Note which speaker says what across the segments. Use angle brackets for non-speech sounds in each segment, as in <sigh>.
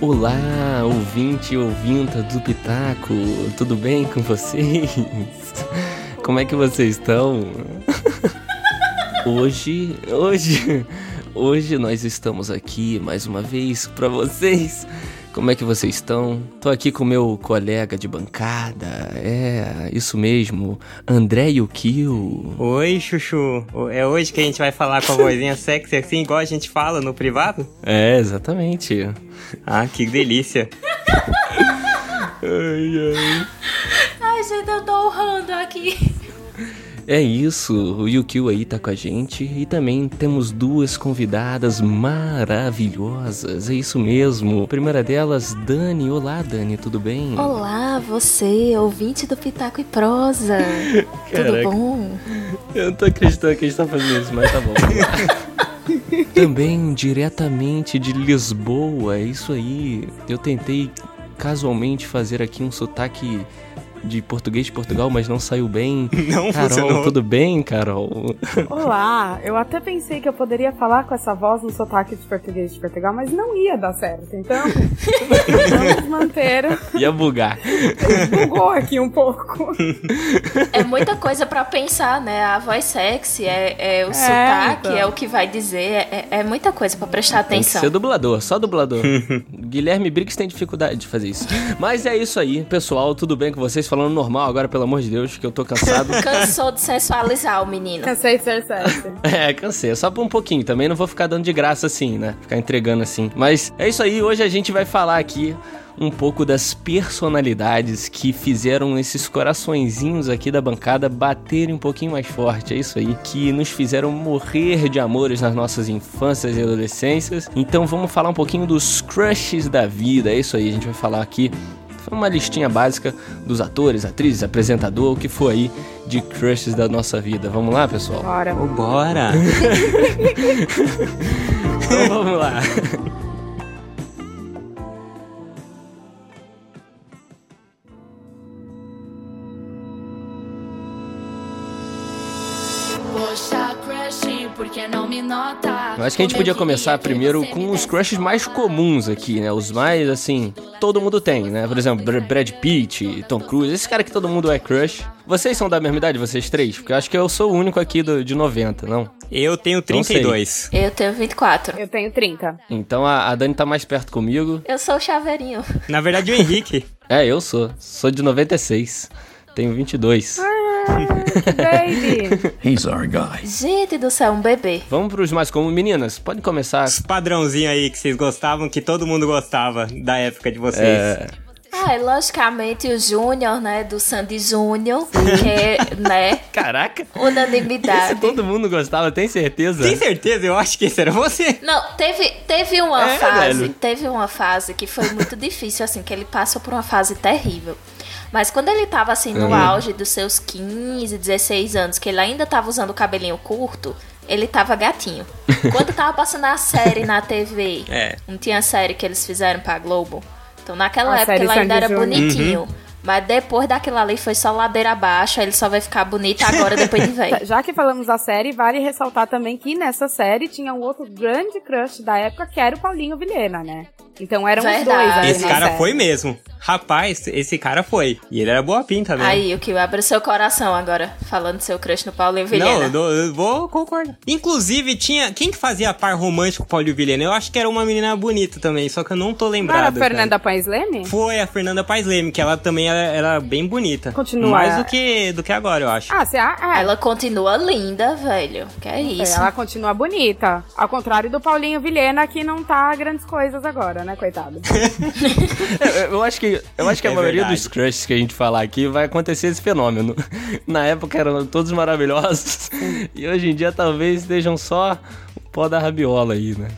Speaker 1: Olá, ouvinte e ouvinta do Pitaco, tudo bem com vocês? <laughs> Como é que vocês estão? <laughs> Hoje, hoje, hoje nós estamos aqui mais uma vez para vocês. Como é que vocês estão? Tô aqui com meu colega de bancada, é, isso mesmo, André Yukio.
Speaker 2: Oi, Chuchu. É hoje que a gente vai falar com
Speaker 1: <laughs>
Speaker 2: a vozinha sexy assim, igual a gente fala no privado?
Speaker 1: É, exatamente.
Speaker 2: Ah, que delícia.
Speaker 1: Ai, ai.
Speaker 3: Ai, gente, eu tô honrando aqui.
Speaker 1: É isso, o Yukio aí tá com a gente e também temos duas convidadas maravilhosas, é isso mesmo. A primeira delas, Dani. Olá, Dani, tudo bem?
Speaker 3: Olá, você, ouvinte do Pitaco
Speaker 1: <laughs>
Speaker 3: e Prosa.
Speaker 1: Caraca.
Speaker 3: Tudo bom?
Speaker 1: Eu não tô acreditando que a gente tá fazendo isso, mas tá bom. <laughs> Também diretamente de Lisboa, é isso aí. Eu tentei casualmente fazer aqui um sotaque de português de Portugal, mas não saiu bem.
Speaker 2: Não
Speaker 1: Carol,
Speaker 2: funcionou.
Speaker 1: tudo bem, Carol?
Speaker 4: Olá, eu até pensei que eu poderia falar com essa voz no sotaque de português de Portugal, mas não ia dar certo.
Speaker 2: <laughs>
Speaker 4: Então, vamos manter.
Speaker 1: Ia bugar.
Speaker 4: Bugou aqui um pouco.
Speaker 3: É muita coisa pra pensar, né? A voz sexy, é, é o sotaque,
Speaker 4: então.
Speaker 3: é o que vai dizer, é, é muita coisa pra prestar
Speaker 1: Tem que
Speaker 3: atenção.
Speaker 1: ser dublador, só dublador. Guilherme Briggs tem dificuldade de fazer isso. Mas é isso aí, pessoal. Tudo bem com vocês? Falando normal agora, pelo amor de Deus, que eu tô cansado.
Speaker 3: Cansou de sensualizar o menino.
Speaker 4: Cansei de ser certo.
Speaker 1: <laughs> É, cansei. Só por um pouquinho. Também não vou ficar dando de graça assim, né? Ficar entregando assim. Mas é isso aí. Hoje a gente vai falar aqui um pouco das personalidades que fizeram esses coraçõezinhos aqui da bancada baterem um pouquinho mais forte. É isso aí. Que nos fizeram morrer de amores nas nossas infâncias e adolescências. Então vamos falar um pouquinho dos crushes da vida. É isso aí. A gente vai falar aqui uma listinha básica dos atores, atrizes, apresentador, o que for aí de crushes da nossa vida. Vamos lá, pessoal?
Speaker 4: Bora.
Speaker 2: Ô, Bora.
Speaker 1: <laughs> Então <laughs> vamos lá.
Speaker 5: Poxa, crush, por que não me nota?
Speaker 1: Eu acho que a gente podia começar primeiro com os crushes mais comuns aqui, né? Os mais, assim, todo mundo tem, né? Por exemplo, Br- Brad Pitt, Tom Cruise, esse cara que todo mundo é crush. Vocês são da mesma idade, vocês três? Porque eu acho que eu sou o único aqui do- de 90, não?
Speaker 2: Eu tenho
Speaker 1: Não sei.
Speaker 2: 32.
Speaker 3: Eu tenho 24.
Speaker 4: Eu tenho 30.
Speaker 1: Então a, a Dani tá mais perto comigo.
Speaker 3: Eu sou o chaveirinho.
Speaker 2: Na verdade,
Speaker 1: <laughs>
Speaker 2: o Henrique.
Speaker 1: É, eu sou. Sou de 96. Tenho 22.
Speaker 4: Baby!
Speaker 6: He's our guy.
Speaker 3: Gente do céu, um bebê.
Speaker 1: Vamos pros mais comuns. Meninas, podem começar.
Speaker 2: Os padrãozinhos aí que vocês gostavam, que todo mundo gostava da época de vocês.
Speaker 1: É,
Speaker 3: Ah, e logicamente o Júnior, né? Do Sandy Júnior, que é, né?
Speaker 1: Caraca! Esse
Speaker 3: Unanimidade.
Speaker 1: todo mundo gostava, tem certeza?
Speaker 2: Tem certeza? Eu acho que esse era você.
Speaker 3: Não, teve, teve uma
Speaker 1: É,
Speaker 3: fase,
Speaker 1: velho.
Speaker 3: teve uma fase que foi muito <laughs> difícil, assim, que ele passou por uma fase terrível. Mas quando ele tava assim no auge dos seus 15, 16 anos, que ele ainda tava usando o cabelinho curto, ele
Speaker 2: <laughs>
Speaker 3: tava gatinho. Quando tava passando a série na TV,
Speaker 2: É.
Speaker 3: não tinha a série que eles fizeram pra Globo. Então naquela
Speaker 4: A
Speaker 3: época
Speaker 4: série
Speaker 3: ele ainda
Speaker 4: Sandy
Speaker 3: era
Speaker 4: Júnior.
Speaker 3: bonitinho.
Speaker 2: Uhum.
Speaker 3: Mas depois daquilo ali foi só ladeira abaixo, aí ele só vai ficar bonito agora depois de
Speaker 2: <laughs> É.
Speaker 3: velho.
Speaker 4: Já que falamos da série, vale ressaltar também que nessa série tinha um outro grande crush da época, que era o Paulinho Vilhena, né? Então eram os dois
Speaker 3: Verdade.
Speaker 4: ali
Speaker 2: Esse
Speaker 4: na
Speaker 2: cara
Speaker 4: série.
Speaker 2: foi mesmo. Rapaz, esse cara foi. E ele era boa pinta, né?
Speaker 3: Aí, o que abre seu coração agora, falando seu crush no Paulinho Vilhena.
Speaker 2: Não, eu, dou- eu vou concordar. Inclusive, tinha. Quem que fazia par romântico com o Paulinho Vilhena? Eu acho que era uma menina bonita também, só que eu não tô
Speaker 4: Não era a
Speaker 2: lembrado. cara.
Speaker 4: Fernanda Paes Leme?
Speaker 2: Foi a Fernanda Paes Leme, que ela também era, era bem bonita.
Speaker 4: Continua.
Speaker 2: Mais do que, do que agora, eu acho.
Speaker 4: Ah, você... Ah, é.
Speaker 3: Ela continua linda, velho. Que é
Speaker 4: É,
Speaker 3: isso.
Speaker 4: Ela continua bonita. Ao contrário do Paulinho Vilhena, que não tá grandes coisas agora,
Speaker 1: <laughs>
Speaker 4: né, coitado?
Speaker 1: Eu- É, Eu acho que, eu acho que a
Speaker 2: É
Speaker 1: maioria
Speaker 2: verdade.
Speaker 1: dos crushes que a gente falar aqui vai acontecer esse fenômeno. <laughs> Na época eram todos maravilhosos e hoje em dia talvez estejam só o pó da rabiola aí, né?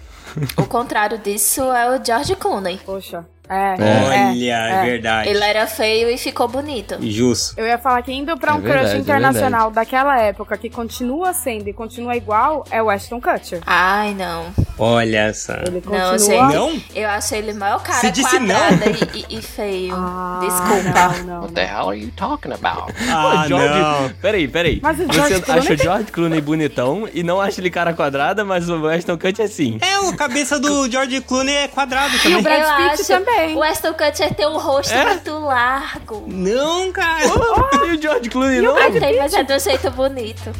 Speaker 3: O contrário disso é o George Clooney.
Speaker 4: Poxa. É, é.
Speaker 2: Olha, é, verdade.
Speaker 3: Ele era feio e ficou bonito.
Speaker 2: Justo.
Speaker 4: Eu ia falar que indo pra um
Speaker 1: É verdade,
Speaker 4: crush
Speaker 1: é
Speaker 4: internacional daquela época, que continua sendo e continua igual, é o Ashton Kutcher.
Speaker 3: Ai, não.
Speaker 2: Olha só.
Speaker 4: Ele continua.
Speaker 3: Não, gente,
Speaker 2: Não?
Speaker 3: eu acho ele o maior cara
Speaker 2: Você disse não?
Speaker 3: quadrada e, e- e feio.
Speaker 4: Ah,
Speaker 3: Desculpa.
Speaker 4: Não, não,
Speaker 6: What the hell are you talking about?
Speaker 4: é
Speaker 2: Ah, não.
Speaker 1: Peraí, peraí.
Speaker 4: Mas o George
Speaker 1: Você
Speaker 4: Clooney
Speaker 1: acha o
Speaker 4: tem-
Speaker 1: George Clooney bonitão e não acha ele cara quadrada, mas o Weston Cut é assim.
Speaker 2: É, o cabeça do George Clooney é quadrado
Speaker 4: o
Speaker 2: também.
Speaker 4: Brad
Speaker 3: eu
Speaker 4: Pitt
Speaker 3: acho
Speaker 4: também.
Speaker 3: O Aston Kutcher tem um rosto
Speaker 2: É?
Speaker 3: muito largo.
Speaker 2: Não, cara.
Speaker 1: <laughs> e o George Clooney não?
Speaker 3: Ai, tem, mas é do jeito bonito.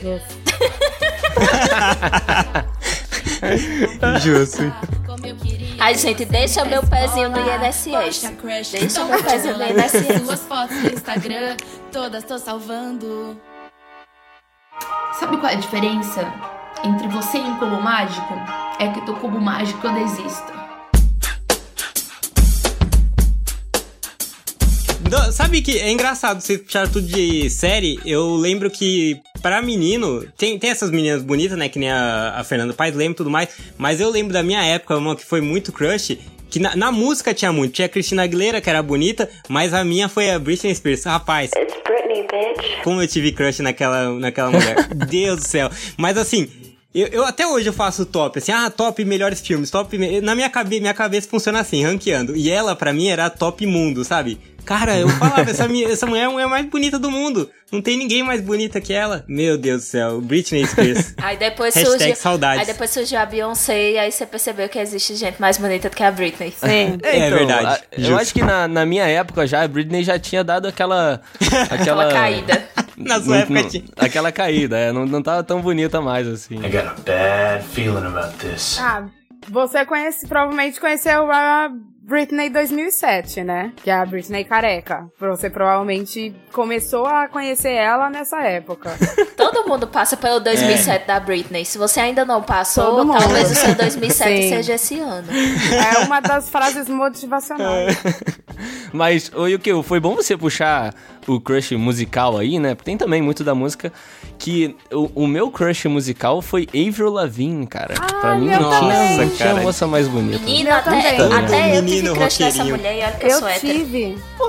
Speaker 2: Justo.
Speaker 5: Como eu queria.
Speaker 3: Ai, gente, deixa meu pezinho no
Speaker 5: Poxa,
Speaker 3: INSS.
Speaker 5: crush,
Speaker 3: Deixa
Speaker 5: tô
Speaker 3: meu pezinho no
Speaker 5: guardando
Speaker 3: INSS.
Speaker 5: Suas fotos no Instagram, todas tô salvando.
Speaker 7: Sabe qual é a diferença entre você e um cubo mágico? É que do cubo mágico eu desisto.
Speaker 2: Do- Sabe que é engraçado vocês puxaram tudo de série? Eu lembro que, pra menino, tem, tem essas meninas bonitas, né? Que nem a, a Fernanda Paes, lembro e tudo mais. Mas eu lembro da minha época, uma que foi muito crush. Que na, na música tinha muito. Tinha a Cristina Aguilera, que era bonita, mas a minha foi a Britney Spears. Rapaz,
Speaker 8: It's Britney, bitch.
Speaker 2: como eu tive crush naquela, naquela mulher. Deus do céu. Mas assim. Eu, eu até hoje eu faço top, assim, ah, top melhores filmes, top. me- Na minha cabeça, minha cabeça funciona assim, ranqueando. E ela, pra mim, era a top mundo, sabe? Cara, eu falava, essa, minha- essa mulher é a mulher mais bonita do mundo. Não tem ninguém mais bonita que ela. Meu Deus do céu, Britney Spears.
Speaker 3: Aí depois
Speaker 2: Hashtag
Speaker 3: surgiu.
Speaker 2: saudades.
Speaker 3: Aí depois surgiu a Beyoncé e aí você percebeu que existe gente mais bonita do que a Britney. <laughs>
Speaker 4: Sim.
Speaker 2: É verdade,
Speaker 1: então, a- eu
Speaker 2: justo.
Speaker 1: acho que na, na minha época já, a Britney já tinha dado aquela. Aquela
Speaker 3: Aquela caída.
Speaker 2: Na sua
Speaker 1: Não-
Speaker 2: época
Speaker 1: não-
Speaker 2: tinha.
Speaker 1: aquela caída, é, não, não tava tão bonita mais assim.
Speaker 9: I got a bad feeling about this.
Speaker 4: Ah, você conhece, provavelmente conheceu a Britney 2007, né? Que é a Britney careca. Você provavelmente começou a conhecer ela nessa época.
Speaker 3: Todo mundo passa
Speaker 1: É.
Speaker 3: pelo 2007 da Britney. Se você ainda não passou,
Speaker 4: Todo mundo.
Speaker 3: talvez o seu 2007
Speaker 4: Sim.
Speaker 3: seja esse ano.
Speaker 4: É uma das frases motivacionais.
Speaker 1: Mas, ô Yukio, foi bom você puxar o crush musical aí, né? Porque tem também muito da música que o, o meu crush musical foi Avril Lavigne, cara. pra mim
Speaker 4: eu
Speaker 1: não tinha,
Speaker 2: Ah, também.
Speaker 1: não tinha
Speaker 2: Nossa,
Speaker 1: moça mais bonita.
Speaker 3: Menina, até,
Speaker 4: também.
Speaker 3: até eu tive
Speaker 2: Menino
Speaker 3: crush nessa
Speaker 2: roqueirinho.
Speaker 3: mulher e olha que eu,
Speaker 4: Eu
Speaker 3: sou hétero.
Speaker 4: tive.
Speaker 1: Pô,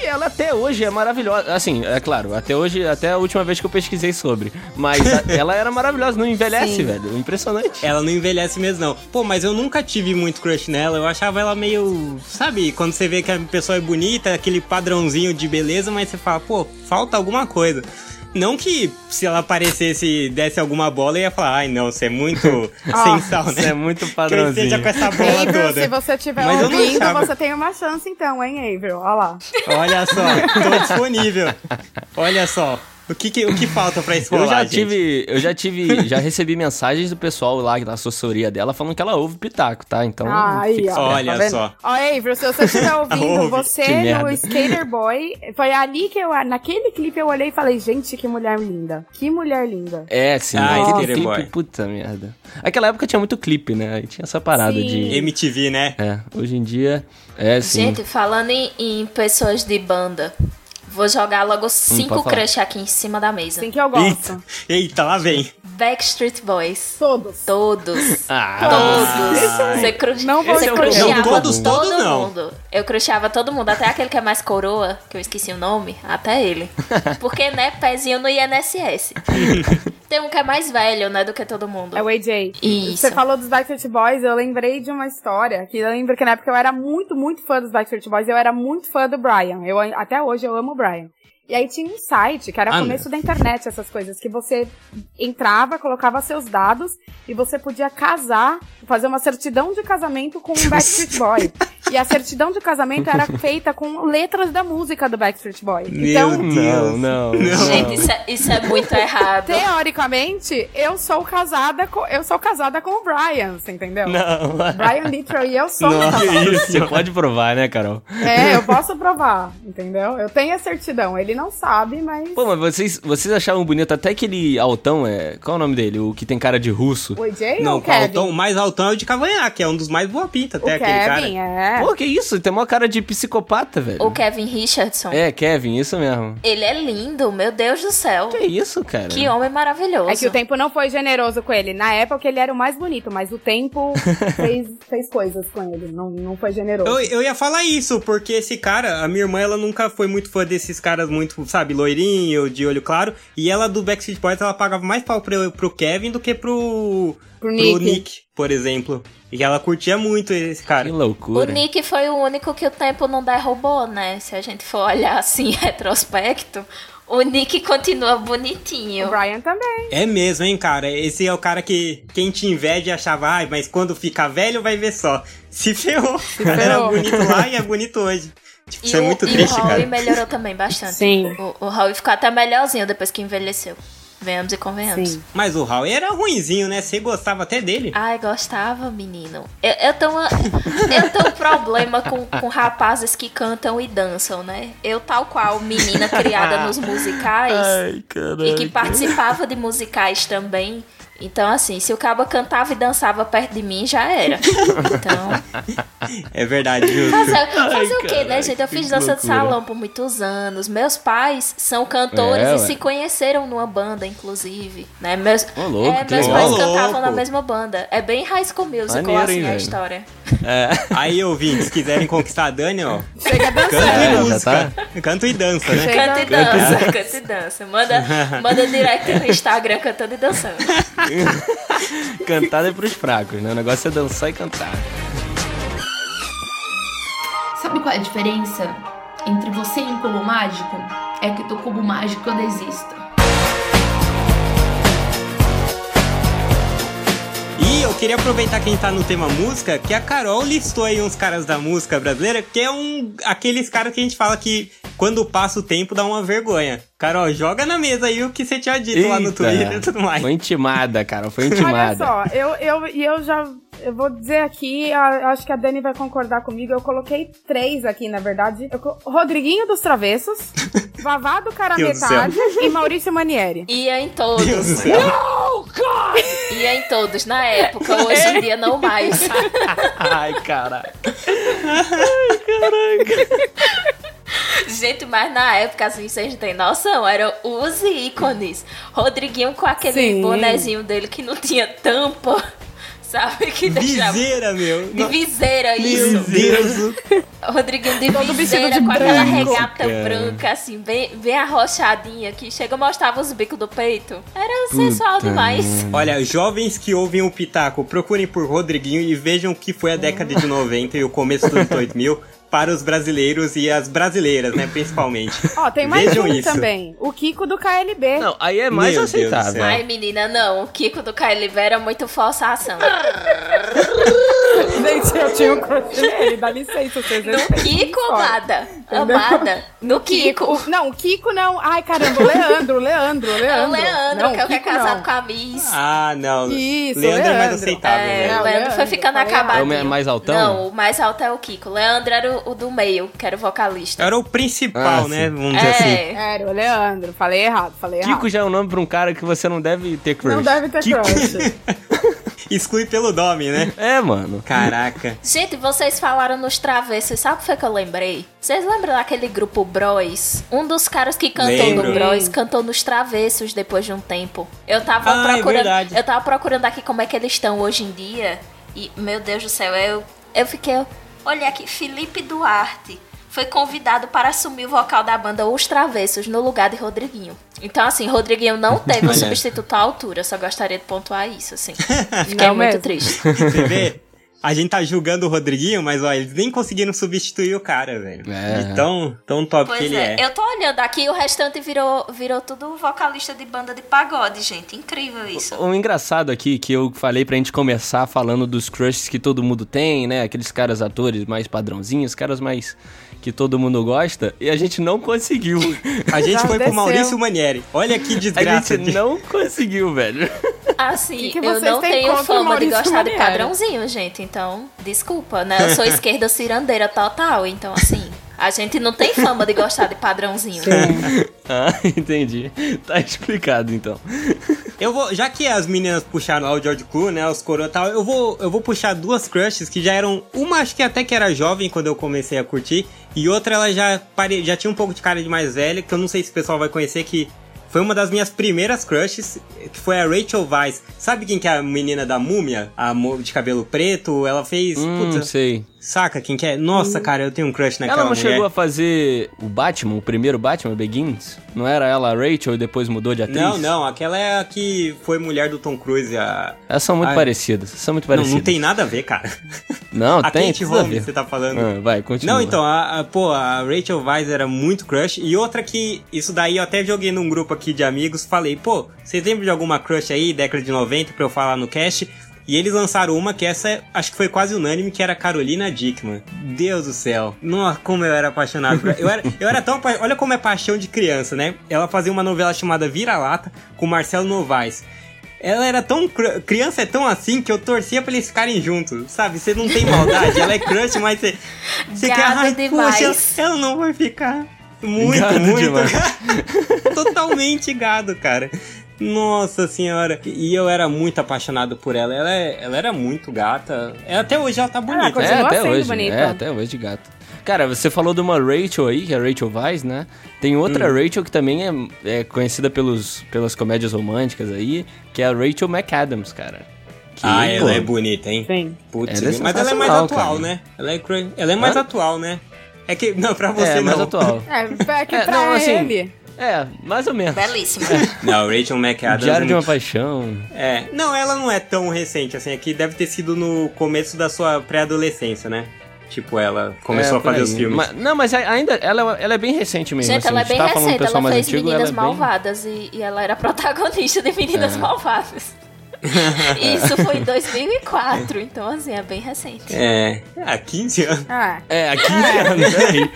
Speaker 1: e ela até hoje é maravilhosa. Assim, é claro, até hoje, até a última vez que eu pesquisei sobre. Mas
Speaker 2: <laughs>
Speaker 1: a- ela era maravilhosa, não envelhece, velho. Impressionante. <laughs>
Speaker 2: Ela não envelhece mesmo, não. Pô, mas eu nunca tive muito crush nela. Eu achava ela meio. Sabe, quando você vê que a pessoa é bonita, aquele padrãozinho de beleza, mas você fala, pô, falta alguma coisa. Não que se ela aparecesse e desse alguma bola, eu ia falar, ai não, você
Speaker 1: <laughs>
Speaker 2: é muito sem sal, né?
Speaker 1: Isso é muito
Speaker 2: que eu esteja
Speaker 1: padrãozinho.
Speaker 2: com essa bola
Speaker 4: Avril, se
Speaker 2: toda.
Speaker 4: você estiver
Speaker 2: Mas eu não
Speaker 4: ouvindo,
Speaker 2: achava.
Speaker 4: você tem uma chance então, hein, Avril? Olha lá.
Speaker 2: Olha só, tô disponível. Olha só. O que, que- o que falta pra isso
Speaker 1: Eu
Speaker 2: rolar,
Speaker 1: já
Speaker 2: gente?
Speaker 1: tive, eu já tive, já recebi mensagens do pessoal lá da assessoria dela falando que ela ouve pitaco, tá? Então,
Speaker 4: Ah, aí,
Speaker 1: fica-
Speaker 4: ó.
Speaker 2: Olha
Speaker 4: tá vendo?
Speaker 2: só.
Speaker 4: Ó, Avril, se você estiver
Speaker 2: <laughs>
Speaker 4: ouvindo,
Speaker 2: Ouve.
Speaker 1: Que
Speaker 4: você no
Speaker 1: merda.
Speaker 4: Skater Boy, foi ali que eu, naquele clipe eu olhei e falei, gente, que mulher linda. Que mulher linda.
Speaker 1: É, sim.
Speaker 2: Ah,
Speaker 1: aquele
Speaker 2: Skater
Speaker 1: clipe,
Speaker 2: Boy.
Speaker 1: puta merda. Aquela época tinha muito clipe, né? Aí tinha essa parada
Speaker 4: Sim.
Speaker 1: de
Speaker 2: MTV, né?
Speaker 1: É, hoje em dia é sim.
Speaker 3: Gente, falando em, em pessoas de banda, vou jogar logo cinco
Speaker 1: Hum, pode falar.
Speaker 3: crush aqui em cima da mesa.
Speaker 4: Assim que eu gosto.
Speaker 2: Eita, eita, lá vem.
Speaker 3: Backstreet Boys.
Speaker 4: Todos.
Speaker 2: <laughs>
Speaker 3: Todos.
Speaker 1: Ah,
Speaker 3: Todos. Você, cru...
Speaker 4: Não vou
Speaker 3: você
Speaker 4: ter
Speaker 3: cruxeava
Speaker 2: é
Speaker 4: problema.
Speaker 2: um Não, todos,
Speaker 3: todo
Speaker 2: todos não.
Speaker 3: mundo. Eu cruxeava todo mundo, até aquele que é mais coroa, que eu esqueci o nome,
Speaker 2: <laughs>
Speaker 3: até ele. Porque, né, pezinho no INSS. Tem um que é mais velho, né, do que todo mundo.
Speaker 4: É o AJ.
Speaker 3: Isso.
Speaker 4: Você falou dos Backstreet Boys, eu lembrei de uma história, que eu lembro que na época eu era muito, muito fã dos Backstreet Boys, eu era muito fã do Brian. Eu, até hoje eu amo o Brian. E aí tinha um site, que era
Speaker 2: Ah,
Speaker 4: começo da internet, essas coisas, que você entrava, colocava seus dados e você podia casar, fazer uma certidão de casamento com
Speaker 2: <laughs>
Speaker 4: um Backstreet Boy. e a certidão de casamento era feita com letras da música do Backstreet Boy.
Speaker 2: Meu
Speaker 4: então,
Speaker 1: não, não.
Speaker 3: Gente, isso é, isso é muito errado.
Speaker 4: Teoricamente, eu sou casada com, eu sou casada com o Brian, você
Speaker 1: <laughs>
Speaker 4: entendeu?
Speaker 1: Não.
Speaker 4: Brian Littrell e eu sou
Speaker 1: Não,
Speaker 4: casada.
Speaker 1: isso, você pode provar, né, Carol?
Speaker 4: É, eu posso provar, entendeu? Eu tenho a certidão, ele não sabe, mas
Speaker 1: Pô, mas vocês, vocês achavam bonito até aquele altão, é. Qual é o nome dele? O que tem cara de russo?
Speaker 4: o AJ ou
Speaker 2: Não,
Speaker 4: o
Speaker 2: com o
Speaker 4: um Kevin?
Speaker 2: altão, o mais altão é o de Cavanhaque, é um dos mais boa pinta
Speaker 4: o
Speaker 2: até aquele cara.
Speaker 4: Kevin, é.
Speaker 1: Pô, que isso? Tem maior cara de psicopata, velho.
Speaker 3: O Kevin Richardson,
Speaker 1: É, Kevin, isso mesmo.
Speaker 3: ele é lindo, meu Deus do céu.
Speaker 1: Que isso, cara?
Speaker 3: Que homem maravilhoso.
Speaker 4: É que o tempo não foi generoso com ele. Na época ele era o mais bonito, mas o
Speaker 2: <laughs>
Speaker 4: tempo fez, fez coisas com ele. Não, não foi generoso.
Speaker 2: Eu, eu ia falar isso, porque esse cara, a minha irmã, ela nunca foi muito fã desses caras muito, sabe, loirinho, de olho claro. E ela do Backstreet Boys, ela pagava mais pau pro, pro Kevin do que pro,
Speaker 4: Pro
Speaker 2: pro
Speaker 4: Nick.
Speaker 2: Nick. por exemplo. E ela curtia muito esse
Speaker 1: Que
Speaker 2: cara.
Speaker 3: O
Speaker 1: loucura.
Speaker 3: Nick foi o único que o tempo não derrubou, né? Se a gente for olhar assim <laughs> em retrospecto, o Nick continua
Speaker 4: O
Speaker 3: bonitinho.
Speaker 4: Brian também.
Speaker 2: É mesmo, hein, cara? Esse é o cara que quem te inveja achava, ai, mas quando ficar velho vai ver só. Se ferrou. Era
Speaker 4: ferrou.
Speaker 2: bonito lá e é bonito
Speaker 4: <laughs>
Speaker 2: hoje. Tipo,
Speaker 3: E
Speaker 2: isso é
Speaker 3: o-
Speaker 2: muito
Speaker 3: e
Speaker 2: triste,
Speaker 3: o Howie
Speaker 2: cara.
Speaker 3: melhorou também bastante.
Speaker 4: Sim.
Speaker 3: O, o Howie ficou até melhorzinho depois que envelheceu. Venhamos e convenhamos.
Speaker 4: Sim.
Speaker 2: Mas o Howie era ruinzinho, né? Você gostava até dele.
Speaker 3: Ai, gostava, menino. Eu, eu, tenho, uma- eu tenho um problema com, com rapazes que cantam e dançam, né? Eu, tal qual menina
Speaker 4: <laughs>
Speaker 3: criada
Speaker 4: Ah.
Speaker 3: nos musicais
Speaker 1: caralho.
Speaker 3: e que participava de musicais também. Então, assim, se o cabo cantava e dançava perto de mim, já era. Então,
Speaker 2: É verdade,
Speaker 1: <laughs>
Speaker 2: justo.
Speaker 3: fazer, fazer o quê,
Speaker 1: caralho,
Speaker 3: né, gente? Eu
Speaker 1: que
Speaker 3: fiz dança de
Speaker 1: loucura.
Speaker 3: salão por muitos anos. Meus pais são cantores
Speaker 1: É,
Speaker 3: e
Speaker 1: ué.
Speaker 3: se conheceram numa banda, inclusive. Né? Meus,
Speaker 1: Ô, louco,
Speaker 3: é,
Speaker 1: que
Speaker 3: meus
Speaker 2: legal.
Speaker 3: pais
Speaker 2: Ô,
Speaker 3: cantavam na
Speaker 2: louco.
Speaker 3: mesma banda. É bem high school musical,
Speaker 1: Maneiro,
Speaker 3: assim,
Speaker 1: hein,
Speaker 3: a
Speaker 1: velho?
Speaker 3: história.
Speaker 1: É.
Speaker 2: Aí, ouvintes, quiserem conquistar a Dani, ó.
Speaker 4: Chega
Speaker 2: Canto
Speaker 4: dançando.
Speaker 1: É,
Speaker 2: e
Speaker 1: já
Speaker 2: música. Canto e dança, né?
Speaker 4: Chega-
Speaker 3: Canta e dança, canta e dança. Manda, manda direct no Instagram cantando e dançando.
Speaker 1: Cantada é pros fracos, né? O negócio é dançar e cantar.
Speaker 7: Sabe qual é a diferença entre você e um cubo mágico? É que o teu cubo mágico ainda exista.
Speaker 2: E eu queria aproveitar quem tá no tema música, que a Carol listou aí uns caras da música brasileira, que é um aqueles caras que a gente fala que quando passa o tempo dá uma vergonha. Carol, joga na mesa aí o que você tinha dito lá no
Speaker 1: Eita.
Speaker 2: Twitter e tudo mais.
Speaker 1: Foi intimada, cara. Foi
Speaker 4: Olha
Speaker 1: intimada.
Speaker 4: só, eu, eu, e eu já eu vou dizer aqui, a- acho que a Dani vai concordar comigo. Eu coloquei três aqui, na verdade. Eu co- Rodriguinho
Speaker 2: <laughs>
Speaker 4: dos Travessos, Vavá do Cara
Speaker 2: Deus do
Speaker 4: Metade e Maurício Manieri.
Speaker 3: Ia em
Speaker 2: Deus do
Speaker 3: todos.
Speaker 2: céu.
Speaker 3: Ia em todos, na época. Hoje em dia não mais.
Speaker 1: Ai, cara.
Speaker 3: Gente, mas na época, assim, vocês não têm noção, eram os ícones. Rodriguinho com aquele
Speaker 4: Sim.
Speaker 3: bonezinho dele que não tinha tampa, <laughs> sabe? Que deixava.
Speaker 2: Viseira, meu.
Speaker 3: De
Speaker 2: No-
Speaker 3: viseira,
Speaker 2: Meu
Speaker 3: isso.
Speaker 2: Deus. do-
Speaker 3: Rodriguinho de
Speaker 4: Todo
Speaker 3: viseira,
Speaker 4: vestido de
Speaker 3: com aquela
Speaker 4: branco.
Speaker 3: regata
Speaker 1: Cara.
Speaker 3: branca, assim, bem, bem arrochadinha, que chega e mostrava os bicos do peito. Era um sensual
Speaker 1: Puta
Speaker 3: demais.
Speaker 2: Olha, jovens que ouvem o Pitaco, procurem por Rodriguinho e vejam o que foi a década de 90 e o começo dos 2000 para os brasileiros e as brasileiras, né, principalmente.
Speaker 4: Ó, tem mais
Speaker 2: Vejam
Speaker 4: um
Speaker 2: isso.
Speaker 4: também. O Kiko do KLB.
Speaker 1: Não, aí é mais
Speaker 2: Meu Deus do
Speaker 1: aceitável.
Speaker 2: céu.
Speaker 3: Ai, menina, não. O Kiko do KLB era muito falsação.
Speaker 4: <laughs> Gente, eu tinha um crush nele, dá licença, vocês
Speaker 3: No Kiko, amada. Amada. No Kiko.
Speaker 4: Kiko. Não, o Kiko não. Ai, caramba, o Leandro, o Leandro, o
Speaker 3: É o
Speaker 4: Leandro.
Speaker 3: Leandro,
Speaker 4: não,
Speaker 3: que é o que é
Speaker 4: Kiko
Speaker 3: casado
Speaker 4: não.
Speaker 3: com a Miss.
Speaker 2: Ah, não.
Speaker 4: Isso,
Speaker 2: Leandro é mais
Speaker 4: Leandro.
Speaker 2: aceitável,
Speaker 3: É,
Speaker 2: né?
Speaker 3: o Leandro foi ficando
Speaker 4: Leandro,
Speaker 3: acabado.
Speaker 1: É o mais altão?
Speaker 3: Não, o mais alto é o Kiko. O Leandro era o, o do meio, que era o vocalista.
Speaker 2: Era o principal,
Speaker 1: Ah,
Speaker 2: né?
Speaker 1: sim.
Speaker 2: Vamos dizer assim.
Speaker 3: É,
Speaker 4: Era o Leandro, falei errado, falei errado.
Speaker 1: Kiko já é um nome pra um cara que você não deve ter crush.
Speaker 4: não deve ter
Speaker 1: Kiko.
Speaker 2: <laughs>
Speaker 4: crush.
Speaker 2: assim. Exclui pelo nome, né?
Speaker 1: É, mano.
Speaker 2: Caraca.
Speaker 3: Gente, vocês falaram nos travessos, sabe o que foi que eu lembrei? Vocês lembram daquele grupo Bros? Um dos caras que cantou
Speaker 2: Lembro.
Speaker 3: no Bros cantou nos travessos depois de um tempo. Eu tava
Speaker 2: Ah, é
Speaker 3: procurando.
Speaker 2: verdade.
Speaker 3: eu tava procurando aqui como é que eles estão hoje em dia. E, meu Deus do céu, eu, eu fiquei. Olha aqui, Felipe Duarte foi convidado para assumir o vocal da banda Os Travessos no lugar de Rodriguinho. Então, assim, Rodriguinho não teve um
Speaker 2: <laughs> Olha.
Speaker 3: substituto à altura, eu só gostaria de pontuar
Speaker 2: <laughs>
Speaker 3: isso, assim. Fiquei
Speaker 4: Não
Speaker 3: muito
Speaker 4: mesmo.
Speaker 3: triste.
Speaker 2: Você vê? A gente tá julgando o Rodriguinho, mas ó, eles nem conseguiram substituir o cara, velho.
Speaker 1: É.
Speaker 2: De tão, tão top que
Speaker 3: Pois
Speaker 2: ele
Speaker 3: é.
Speaker 2: é.
Speaker 3: eu tô olhando aqui e o restante virou, virou tudo vocalista de banda de pagode, gente. Incrível isso.
Speaker 1: O engraçado aqui que eu falei pra gente começar falando dos crushes que todo mundo tem, né? Aqueles caras atores mais padrãozinhos, caras mais que todo mundo gosta, e a gente não conseguiu.
Speaker 2: A gente
Speaker 4: Já
Speaker 2: foi pro
Speaker 4: desceu.
Speaker 2: Maurício Manieri. Olha que
Speaker 1: A
Speaker 2: desgraça.
Speaker 1: gente não conseguiu, velho. <laughs>
Speaker 3: Assim,
Speaker 4: Que que
Speaker 3: eu
Speaker 4: vocês
Speaker 3: não
Speaker 4: têm
Speaker 3: tenho
Speaker 4: contra o
Speaker 3: fama de
Speaker 4: Maurício
Speaker 3: gostar de
Speaker 4: Manieri?
Speaker 3: padrãozinho, gente. Então, desculpa, né? Eu
Speaker 1: <laughs>
Speaker 3: sou esquerda cirandeira total. Então, assim, a gente não tem fama de gostar de padrãozinho. né?
Speaker 1: Ah, entendi. Tá explicado então.
Speaker 2: Eu vou, já que as meninas puxaram lá o George Clooney, né, os coroa e tal, eu vou, eu vou puxar duas crushes que já eram, uma acho que até que era jovem quando eu comecei a curtir, e outra ela já pare, já tinha um pouco de cara de mais velha, que eu não sei se o pessoal vai conhecer que foi uma das minhas primeiras crushes, que foi a Rachel Weisz. Sabe quem que é a menina da Múmia? A mo- de cabelo preto, ela fez,
Speaker 1: Hum,
Speaker 2: puta,
Speaker 1: sei.
Speaker 2: Saca quem que é? Nossa, cara, eu tenho um crush naquela
Speaker 1: Ela não
Speaker 2: mulher.
Speaker 1: chegou a fazer o Batman, o primeiro Batman, Begins? Não era ela a Rachel e depois mudou de atriz?
Speaker 2: Não, não, aquela é a que foi mulher do Tom Cruise. A...
Speaker 1: Elas são muito
Speaker 2: Ai.
Speaker 1: parecidas, são muito
Speaker 2: Não,
Speaker 1: parecidas.
Speaker 2: não tem nada a
Speaker 1: <laughs>
Speaker 2: ver, cara.
Speaker 1: Não,
Speaker 2: a
Speaker 1: tem,
Speaker 2: Kate
Speaker 1: precisa
Speaker 2: Holmes,
Speaker 1: ver.
Speaker 2: você tá falando.
Speaker 1: Ah, vai, continua.
Speaker 2: Não, então, a, a- pô, a Rachel Weisz era muito crush. E outra que, isso daí eu até joguei num grupo aqui de amigos, falei, pô, vocês lembram de alguma crush aí, década de 90, pra eu falar no cast? E eles lançaram uma que essa, acho que foi quase unânime, que era Carolina Dickman. Deus do céu. Nossa, como eu era apaixonado por ela. Eu era, eu era tão apaixonado. Olha como é paixão de criança, né? Ela fazia uma novela chamada Vira-Lata com Marcelo Novaes. Ela era tão. cru- Criança é tão assim que eu torcia pra eles ficarem juntos, sabe? Você não tem maldade, ela é crush, mas você. Você quer.
Speaker 3: Gado
Speaker 2: Ai,
Speaker 3: demais."
Speaker 2: poxa, ela não vai ficar. Muito,
Speaker 1: Gado
Speaker 2: muito.
Speaker 1: demais.
Speaker 2: <laughs> Totalmente gado, cara. Nossa senhora. E eu era muito apaixonado por ela. Ela, é- ela era muito gata. É, Até hoje ela tá bonita.
Speaker 1: é,
Speaker 4: continua
Speaker 1: até
Speaker 4: sendo
Speaker 1: hoje,
Speaker 4: bonita.
Speaker 1: É, até hoje, gato. Cara, você falou de uma Rachel aí, que é a Rachel Weisz, né? Tem
Speaker 2: Hum.
Speaker 1: outra Rachel que também é, é conhecida pelos, pelas comédias românticas aí, que é a Rachel McAdams, cara. Que,
Speaker 2: Ah,
Speaker 1: pô,
Speaker 2: ela é bonita, hein?
Speaker 4: Sim.
Speaker 2: Putz,
Speaker 1: Ela é
Speaker 2: mas ela é mais
Speaker 1: sensacional,
Speaker 2: atual,
Speaker 1: cara.
Speaker 2: né? Ela é, crush- ela é mais
Speaker 1: Hã?
Speaker 2: atual, né? É que. Não, pra
Speaker 1: é,
Speaker 2: você não.
Speaker 1: mais atual.
Speaker 4: É, <laughs> é que
Speaker 1: É,
Speaker 4: pra
Speaker 1: não, assim,
Speaker 4: ele.
Speaker 1: É, mais ou menos.
Speaker 3: Belíssima.
Speaker 2: <laughs> Não, Rachel McAdams. é
Speaker 1: Diário de
Speaker 2: muito
Speaker 1: uma Paixão.
Speaker 2: É, não, ela não é tão recente assim, aqui deve ter sido no começo da sua pré-adolescência, né? Tipo, ela começou
Speaker 1: É,
Speaker 2: a
Speaker 1: por
Speaker 2: fazer
Speaker 1: aí.
Speaker 2: os filmes.
Speaker 1: Mas- não, mas a- ainda ela, ela é bem recente mesmo.
Speaker 3: Gente,
Speaker 1: assim,
Speaker 3: ela
Speaker 1: a
Speaker 3: é bem
Speaker 1: tá falando do
Speaker 3: recente,
Speaker 1: pessoal
Speaker 3: ela
Speaker 1: mais
Speaker 3: fez
Speaker 1: antigo, ela
Speaker 3: Meninas
Speaker 1: é bem- É.
Speaker 3: Malvadas e, e ela era protagonista de
Speaker 1: <laughs>
Speaker 3: Meninas Malvadas. E Isso foi em 2004, então assim, é bem recente.
Speaker 2: É, há 15 anos.
Speaker 4: Ah,
Speaker 1: É, né? há 15 anos, peraí.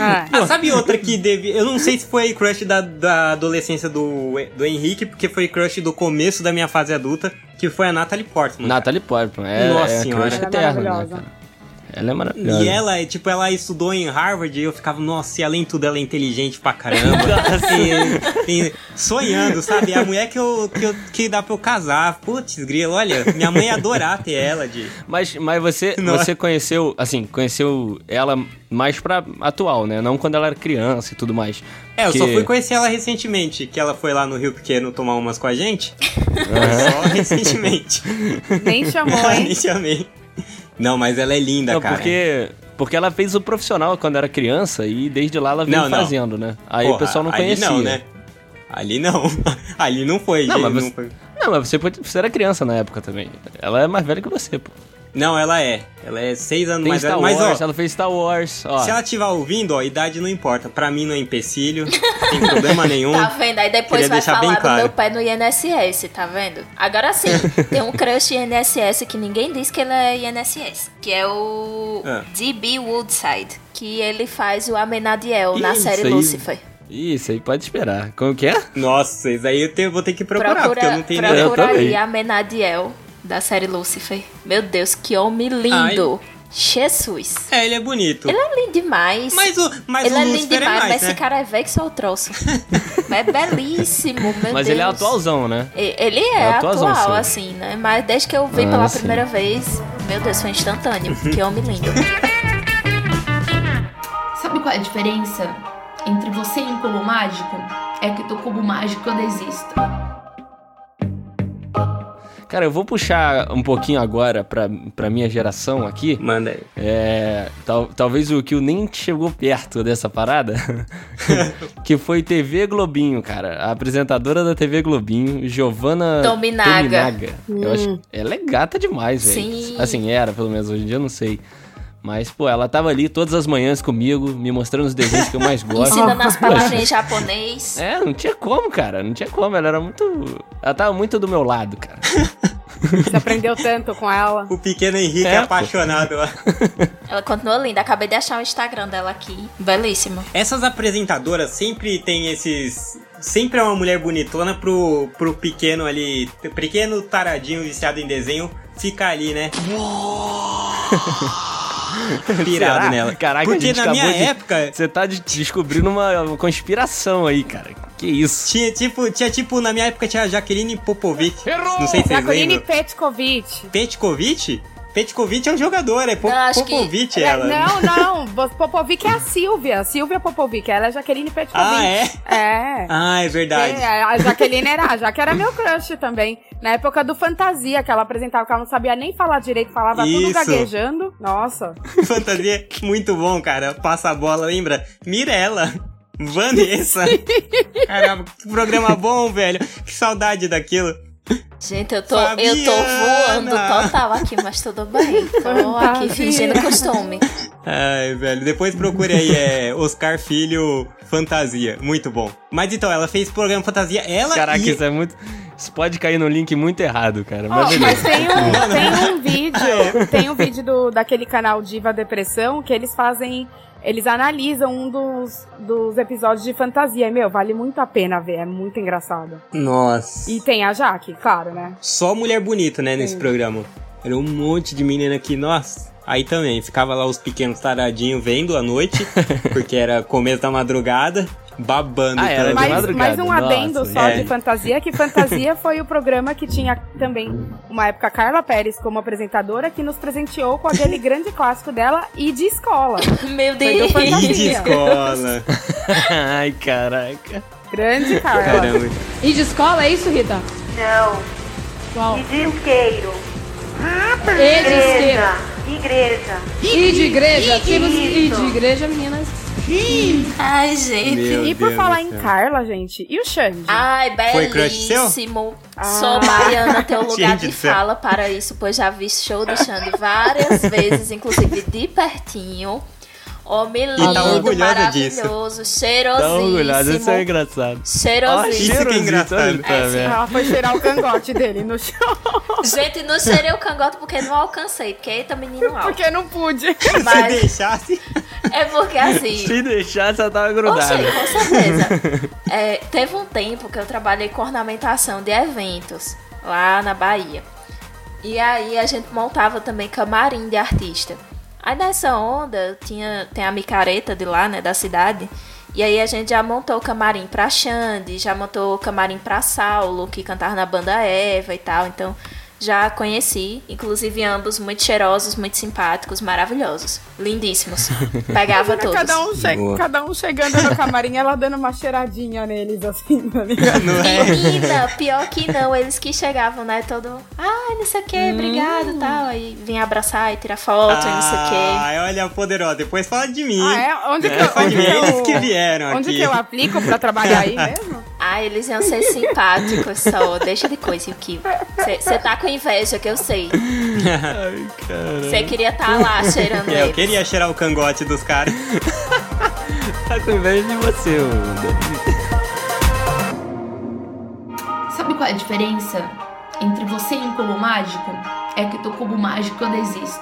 Speaker 4: ah.
Speaker 2: Ah, sabe outra que deve. Eu não sei se foi crush da, da adolescência do, do Henrique, porque foi crush do começo da minha fase adulta, que foi a Natalie Portman.
Speaker 1: <laughs> Natalie Portman. É,
Speaker 2: Nossa
Speaker 1: é a
Speaker 2: senhora.
Speaker 1: crush
Speaker 4: Ela é
Speaker 1: eterna, né,
Speaker 4: maravilhosa.
Speaker 1: cara? Ela é maravilhosa.
Speaker 2: E ela, é, tipo, ela estudou em Harvard e eu ficava, nossa, e além de tudo, ela é inteligente pra <laughs> caramba. E- e sonhando, sabe? É a mulher que, eu, que, eu- que dá pra eu casar. Putz, grilo, olha, minha mãe ia adorar ter ela de.
Speaker 1: Mas, mas você,
Speaker 2: Não.
Speaker 1: você conheceu, assim, conheceu ela mais pra atual, né? Não quando ela era criança e tudo mais.
Speaker 2: É, eu
Speaker 1: Porque-
Speaker 2: só fui conhecer ela recentemente, que ela foi lá no Rio Pequeno tomar umas com a gente. Só recentemente.
Speaker 4: Nem chamou,
Speaker 2: <laughs> Ela
Speaker 4: hein?
Speaker 2: Nem chamei. Não, mas ela é linda,
Speaker 1: Não,
Speaker 2: cara.
Speaker 1: porque, porque ela fez o profissional quando era criança e desde lá ela vem
Speaker 2: Não, não.
Speaker 1: fazendo, né? Aí o
Speaker 2: Porra,
Speaker 1: pessoal não conhecia.
Speaker 2: Ali não, né? Ali não. <laughs> Ali não foi,
Speaker 1: Não,
Speaker 2: gente,
Speaker 1: mas
Speaker 2: não
Speaker 1: você-
Speaker 2: foi.
Speaker 1: Não, mas você, pode- você era criança na época também. Ela é mais velha que você, pô.
Speaker 2: Não, ela é. Ela é seis anos
Speaker 1: Tem
Speaker 2: mais
Speaker 1: Star
Speaker 2: velha. Mas, ó,
Speaker 1: Wars, ela fez Star Wars, ó.
Speaker 2: se ela estiver ouvindo, ó, idade não importa. Pra mim não é empecilho, não tem
Speaker 3: <laughs>
Speaker 2: problema nenhum.
Speaker 3: Tá vendo? Aí depois
Speaker 2: Queria
Speaker 3: vai
Speaker 2: deixar
Speaker 3: falar
Speaker 2: bem
Speaker 3: do
Speaker 2: claro.
Speaker 3: meu pé no INSS, tá vendo? Agora
Speaker 2: <laughs>
Speaker 3: sim, tem um crush INSS que ninguém diz que ele é INSS, que é o
Speaker 2: Ah.
Speaker 3: D.B. Woodside, que ele faz o Amenadiel na
Speaker 1: Isso
Speaker 3: série
Speaker 1: aí.
Speaker 3: Lucifer.
Speaker 1: Isso aí, pode esperar. Como que é?
Speaker 2: Nossa, isso aí eu tenho- vou ter que procurar, porque eu não tenho
Speaker 1: ideia. Eu
Speaker 3: procura
Speaker 1: também.
Speaker 3: aí a Amenadiel da série Lucifer. Meu Deus, que homem lindo! Jesus!
Speaker 2: É, ele é bonito.
Speaker 3: Ele é lindo demais.
Speaker 2: Mas o, mas
Speaker 3: ele
Speaker 2: o
Speaker 3: é lindo
Speaker 2: Lucifer é
Speaker 3: demais,
Speaker 2: mais,
Speaker 3: mas
Speaker 2: né?
Speaker 3: esse cara é velho que só
Speaker 2: <laughs>
Speaker 3: o troço. mas é belíssimo, meu Deus.
Speaker 1: Mas ele é atualzão, né?
Speaker 3: E- Ele é,
Speaker 1: É atualzão,
Speaker 3: atual,
Speaker 1: sim.
Speaker 3: assim, né? Mas desde que eu vi
Speaker 1: Ah,
Speaker 3: pela
Speaker 1: sim.
Speaker 3: primeira vez, meu Deus, foi
Speaker 1: <laughs>
Speaker 3: instantâneo. que homem lindo.
Speaker 7: Sabe qual é a diferença entre você e um cubo mágico? É que do cubo mágico eu desisto.
Speaker 1: Cara, eu vou puxar um pouquinho agora pra, pra minha geração aqui.
Speaker 2: Manda aí.
Speaker 1: É, tal- talvez o que nem chegou perto dessa
Speaker 2: <laughs>
Speaker 1: parada, que foi TV Globinho, cara. A apresentadora da TV Globinho, Giovanna
Speaker 3: Tominaga.
Speaker 1: Tominaga. Eu acho, ela é gata demais,
Speaker 3: Hum. Sim.
Speaker 1: velho. Assim, era, pelo menos hoje em dia, eu não sei. Mas, pô, ela tava ali todas as manhãs comigo, me mostrando os desenhos que eu
Speaker 3: <laughs>
Speaker 1: mais gosto. <laughs>
Speaker 3: Ensinando as palavras em japonês.
Speaker 1: Ah, É, não tinha como, cara. Não tinha como. Ela era muito. Ela tava muito do meu lado, cara.
Speaker 4: Você aprendeu tanto com ela.
Speaker 2: O pequeno Henrique é,
Speaker 1: É, pô.
Speaker 2: apaixonado.
Speaker 3: Ela continua linda. Acabei de achar o Instagram dela aqui. Belíssimo.
Speaker 2: Essas apresentadoras sempre tem esses. Sempre é uma mulher bonitona pro, pro pequeno ali. Pequeno taradinho viciado em desenho ficar
Speaker 1: <laughs>
Speaker 2: ali, né? <laughs> Pirado
Speaker 1: Será?
Speaker 2: nela.
Speaker 1: Caraca,
Speaker 2: Porque
Speaker 1: a gente
Speaker 2: na minha
Speaker 1: acabou de-
Speaker 2: época.
Speaker 1: Você tá de- descobrindo uma, uma conspiração aí, cara. Que isso?
Speaker 2: Tinha tipo, tinha tipo, na minha época tinha a Jaqueline Popovic.
Speaker 1: Errou!
Speaker 2: Não sei se vocês
Speaker 4: Jacoline
Speaker 2: lembram.
Speaker 4: Petkovic.
Speaker 2: Petkovic? Petkovic é um jogador, é Pop
Speaker 3: Não, acho que-
Speaker 2: Popovic
Speaker 4: É,
Speaker 2: ela.
Speaker 4: Não, não. Vo- Popovic é a Silvia. Silvia Popovic. Ela é Jaqueline Petkovic.
Speaker 2: Ah, é?
Speaker 4: É.
Speaker 2: Ah, é verdade.
Speaker 4: É, a Jaqueline era, a Jaque era meu crush também. Na época do Fantasia, que ela apresentava, que ela não sabia nem falar direito, falava
Speaker 2: Isso.
Speaker 4: tudo gaguejando. Nossa.
Speaker 2: Fantasia, muito bom, cara. Passa a bola, lembra? Mirella. Vanessa. Caramba, que programa bom, velho. Que saudade daquilo.
Speaker 3: Gente, eu tô, eu tô
Speaker 2: Fabiana!
Speaker 3: voando total aqui, mas tudo bem. Tô aqui fingindo costume.
Speaker 2: Ai, velho. Depois procure aí, é Oscar Filho Fantasia. Muito bom. Mas então, ela fez programa Fantasia. Ela
Speaker 1: <laughs> Caraca,
Speaker 2: e...
Speaker 1: isso é muito. Isso pode cair no link muito errado, cara.
Speaker 4: Ó,
Speaker 1: Mas beleza.
Speaker 4: mas tem um, tem um vídeo, tem um vídeo do, daquele canal Diva Depressão que eles fazem, eles analisam um dos, dos episódios de fantasia. E, Meu, vale muito a pena ver, é muito engraçado.
Speaker 2: Nossa.
Speaker 4: E tem a Jaque, claro, né?
Speaker 2: Só mulher bonita, né, nesse programa. Era um monte de menina aqui, nossa. Aí também, ficava lá os pequenos taradinhos vendo
Speaker 1: <laughs>
Speaker 2: à noite, porque era começo da madrugada, babando.
Speaker 1: Ah, era
Speaker 2: pela-
Speaker 1: de
Speaker 4: Mas,
Speaker 1: madrugada,
Speaker 4: mas um
Speaker 1: nossa,
Speaker 4: adendo só
Speaker 2: é.
Speaker 4: de fantasia, que fantasia foi o programa que tinha também uma época a Carla Pérez como apresentadora, que nos presenteou
Speaker 1: <laughs>
Speaker 4: com aquele grande clássico dela e de escola.
Speaker 3: Meu
Speaker 4: Mas eu
Speaker 3: Deus.
Speaker 4: fantasia.
Speaker 2: E de escola.
Speaker 1: <laughs> Ai, caraca.
Speaker 4: Grande Carla.
Speaker 2: Caramba.
Speaker 6: E de escola, é isso, Rita?
Speaker 8: Não.
Speaker 6: Qual?
Speaker 8: E de isqueiro.
Speaker 6: E de esquerda.
Speaker 8: Igreja. Igreja.
Speaker 6: E de igreja. Temos e
Speaker 8: Isso.
Speaker 6: de igreja, meninas.
Speaker 3: Ai, gente.
Speaker 2: Meu
Speaker 4: E por
Speaker 2: Deus
Speaker 4: falar
Speaker 2: do
Speaker 4: em
Speaker 2: céu.
Speaker 4: Carla, gente, e o Xande?
Speaker 3: Ai,
Speaker 2: Foi crush seu?
Speaker 3: belíssimo. Sou baiana,
Speaker 2: <laughs>
Speaker 3: tem um lugar
Speaker 2: Gente
Speaker 3: de
Speaker 2: do céu.
Speaker 3: fala para isso, pois já vi show do Xande
Speaker 2: <laughs>
Speaker 3: várias vezes, inclusive de pertinho. Homem
Speaker 2: tá
Speaker 3: lindo,
Speaker 2: orgulhosa disso.
Speaker 3: maravilhoso,
Speaker 1: Tá orgulhoso, isso é
Speaker 3: cheirosíssimo.
Speaker 1: engraçado. Ó,
Speaker 3: Cheirosíssimo.
Speaker 2: cheiro-
Speaker 1: cheirosito,
Speaker 2: engraçado.
Speaker 1: olha ele tá,
Speaker 3: É, sim.
Speaker 1: velho.
Speaker 4: Ela foi cheirar o cangote dele <laughs> no chão,
Speaker 2: Ah,
Speaker 3: Gente, não cheirei o cangote porque não alcancei, porque eita menino alto.
Speaker 4: porque não pude.
Speaker 2: Se
Speaker 3: Mas
Speaker 2: deixasse.
Speaker 3: é porque assim.
Speaker 1: <laughs> Se deixar, só tava
Speaker 3: Oxi,
Speaker 1: grudado.
Speaker 3: com certeza. É, teve um tempo que eu trabalhei com ornamentação de eventos lá na Bahia. E aí a gente montava também camarim de artista. Aí nessa onda eu tinha, tem a micareta de lá, né, da cidade. E aí a gente já montou o camarim pra Xande, já montou o camarim pra Saulo, que cantava na banda Eva e tal. Então já conheci, inclusive ambos muito cheirosos, muito simpáticos, maravilhosos, lindíssimos. Pegava todos.
Speaker 4: Cada um, che-
Speaker 2: Boa.
Speaker 4: cada um chegando no camarim, ela dando uma cheiradinha neles, assim, tá ligado?
Speaker 2: Não é?
Speaker 3: Menina, pior que não, eles que chegavam, né? Todo, ai, não sei o que,
Speaker 2: Hum.
Speaker 3: obrigado tal. Aí vinha abraçar e tirar foto, e não sei o que.
Speaker 2: Ai, olha, poderosa, depois fala de mim.
Speaker 4: Ah, é? Onde que,
Speaker 2: É,
Speaker 4: eu,
Speaker 2: Fala de
Speaker 4: onde
Speaker 2: mim,
Speaker 4: que
Speaker 2: eles
Speaker 4: eu,
Speaker 2: que vieram
Speaker 4: onde
Speaker 2: aqui.
Speaker 4: que eu aplico pra trabalhar aí <laughs> mesmo?
Speaker 3: Ah, eles iam ser simpáticos
Speaker 2: <laughs>
Speaker 3: só, deixa de coisa, que Você tá com inveja, que eu sei.
Speaker 1: Ai, cara.
Speaker 3: Você queria estar lá cheirando
Speaker 2: É, eu
Speaker 3: eles.
Speaker 2: queria cheirar o cangote dos caras.
Speaker 1: Tá com inveja de você, mano.
Speaker 7: Sabe qual é a diferença entre você e um cubo mágico? É que o teu cubo mágico ainda existe.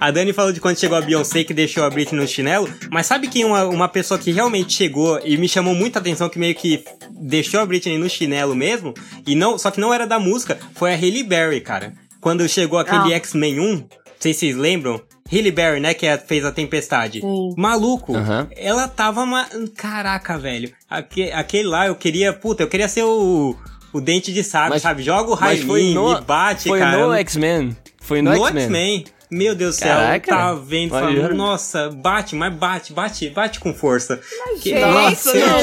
Speaker 2: A Dani falou de quando chegou a Beyoncé que deixou a Britney no chinelo, mas sabe que uma, uma pessoa que realmente chegou e me chamou muita atenção, que meio que deixou a Britney no chinelo mesmo, e não, só que não era da música, foi a Hailey Berry, cara. Quando chegou aquele X-Men 1, não sei se vocês lembram, Hailey Berry, né, que é- fez a Tempestade. Maluco,
Speaker 1: Aham.
Speaker 2: ela tava uma... Caraca, velho. Aque- aquele lá, eu queria... Puta, eu queria ser o... O dente de sabre,
Speaker 1: Mas-
Speaker 2: sabe? Joga o
Speaker 1: Mas
Speaker 2: raio
Speaker 1: foi
Speaker 2: em mim,
Speaker 1: no.
Speaker 2: me bate,
Speaker 1: foi
Speaker 2: cara.
Speaker 1: no
Speaker 2: Eu-
Speaker 1: X-Men. Foi no,
Speaker 2: no
Speaker 1: X-Men.
Speaker 2: X-Men. Meu Deus do céu,
Speaker 1: Caraca.
Speaker 2: tá vendo? fala,
Speaker 1: Maneiro.
Speaker 2: Nossa, bate, mas bate, bate, bate com força. Que-
Speaker 4: gente,
Speaker 2: nossa,
Speaker 4: não.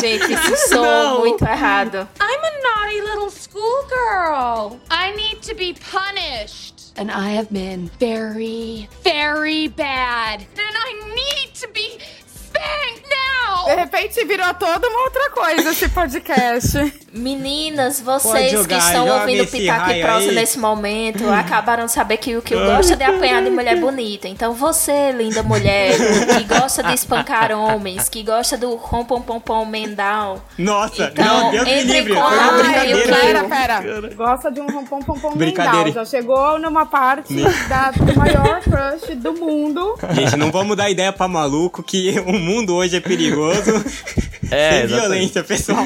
Speaker 3: Gente, isso soou muito errado.
Speaker 5: I'm a naughty little schoolgirl. I need to be punished. And I have been very, very bad. And I need to be spanked now.
Speaker 4: De repente virou toda uma outra coisa esse podcast.
Speaker 3: Meninas, vocês
Speaker 2: jogar,
Speaker 3: que estão
Speaker 2: joga
Speaker 3: ouvindo
Speaker 2: esse
Speaker 3: Pitaco e
Speaker 2: raio
Speaker 3: Prosa
Speaker 2: aí.
Speaker 3: nesse momento acabaram de saber que o que gosta de apanhar de mulher bonita. Então você, linda mulher, que gosta de espancar homens, que gosta do rompom pom pom mendal.
Speaker 2: Nossa,
Speaker 3: Então,
Speaker 2: não, Deus me
Speaker 3: entre em
Speaker 2: livre. Foi
Speaker 4: Ah,
Speaker 2: uma
Speaker 3: contato,
Speaker 2: brincadeira.
Speaker 3: eu quero-
Speaker 4: pera, pera. Gosta de um rompom pom pom
Speaker 2: Brincadeira.
Speaker 4: mendal. Já chegou numa parte da maior crush do mundo.
Speaker 2: <laughs> Gente, não vamos dar ideia pra maluco que o mundo hoje é perigoso.
Speaker 1: É,
Speaker 2: Sem
Speaker 1: exatamente.
Speaker 2: violência, pessoal.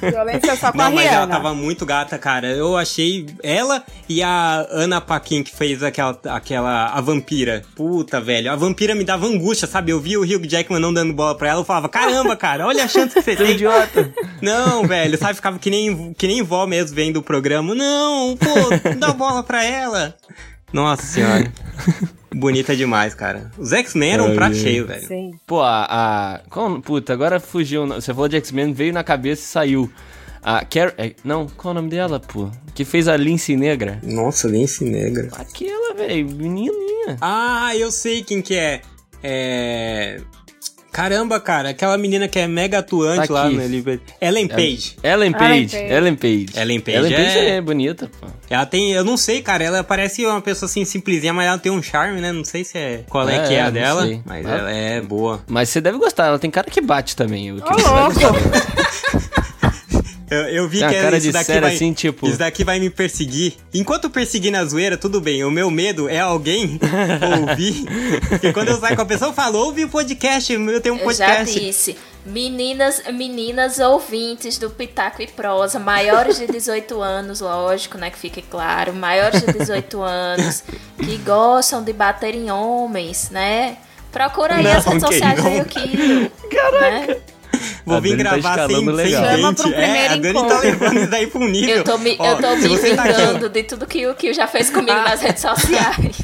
Speaker 4: Violência só com a
Speaker 2: Não, mas ela
Speaker 4: Rihanna.
Speaker 2: tava muito gata, cara. Eu achei ela e a Ana Paquin, que fez aquela, aquela. A vampira. Puta, velho. A vampira me dava angústia, sabe? Eu via o Hugh Jackman não dando bola pra ela. Eu falava, caramba, cara, olha a chance que você
Speaker 1: Seu
Speaker 2: tem.
Speaker 1: idiota.
Speaker 2: Não, velho, sabe? Ficava que nem, que nem vó mesmo vendo o programa. Não, pô, dá bola pra ela. Nossa senhora. Bonita demais, cara. Os X-Men eram um
Speaker 1: Ai,
Speaker 2: prato
Speaker 1: ai.
Speaker 2: cheio, velho.
Speaker 4: Sim.
Speaker 1: <laughs> Pô, a. a- qual- puta, agora fugiu. o nome. Você falou de X-Men, veio na cabeça e saiu. A Car... é, Não, qual o nome dela, pô? Que fez a Lince Negra.
Speaker 2: Nossa, nem se negra.
Speaker 1: Aquela, velho, menininha.
Speaker 2: Ah, eu sei quem que é. É. Caramba, cara, aquela menina que é mega atuante
Speaker 1: Tá
Speaker 2: lá
Speaker 1: aqui. É.
Speaker 2: no Liberty. Ellen Page.
Speaker 1: Ellen
Speaker 4: Ellen
Speaker 1: Page.
Speaker 4: Page.
Speaker 1: Ellen Page.
Speaker 2: Ellen Page
Speaker 1: Ellen Page
Speaker 2: é-
Speaker 1: é, bonita, pô.
Speaker 2: Ela tem. Eu não sei, cara. Ela parece uma pessoa assim simplesinha, mas ela tem um charme, né? Não sei se é qual é,
Speaker 1: É,
Speaker 2: que é a
Speaker 1: não
Speaker 2: dela.
Speaker 1: sei.
Speaker 2: Mas
Speaker 1: Ah.
Speaker 2: ela é boa.
Speaker 1: Mas você deve gostar, ela tem cara que bate também. O que
Speaker 4: Ô,
Speaker 1: você vai gostar.
Speaker 4: louco!
Speaker 2: <laughs> Eu, eu vi
Speaker 1: Tem uma
Speaker 2: que
Speaker 1: cara
Speaker 2: isso
Speaker 1: de
Speaker 2: daqui
Speaker 1: sério,
Speaker 2: vai,
Speaker 1: assim, tipo-
Speaker 2: Isso daqui vai me perseguir. Enquanto eu perseguir na zoeira, tudo bem. O meu medo
Speaker 1: <laughs>
Speaker 2: é alguém ouvir. Porque quando eu saio com a pessoa, eu falo, ouve o podcast, eu tenho um
Speaker 3: Eu já
Speaker 2: podcast.
Speaker 3: disse. Meninas, meninas ouvintes do Pitaco e Prosa, maiores de 18 anos, lógico, né, que fique claro, maiores de 18 anos, que gostam de bater em homens, né? Procura aí
Speaker 2: Não,
Speaker 3: as redes
Speaker 2: que
Speaker 3: sociais
Speaker 2: não.
Speaker 3: do né? Kilo. Caraca!
Speaker 2: Vou
Speaker 1: A
Speaker 2: vir
Speaker 1: Dani tá
Speaker 2: gravar sem,
Speaker 1: escalando
Speaker 2: sem
Speaker 1: legal.
Speaker 4: Chama pro
Speaker 2: gente. É, a Dani
Speaker 4: primeiro
Speaker 2: tá
Speaker 4: encontro.
Speaker 2: levando isso daí pra um nível.
Speaker 3: Eu tô me,
Speaker 2: Ó,
Speaker 3: eu tô
Speaker 2: se
Speaker 3: me
Speaker 2: você tá aqui, ó, Ah.
Speaker 3: vingando de tudo que o Kio já fez comigo nas
Speaker 2: <laughs>
Speaker 3: redes sociais.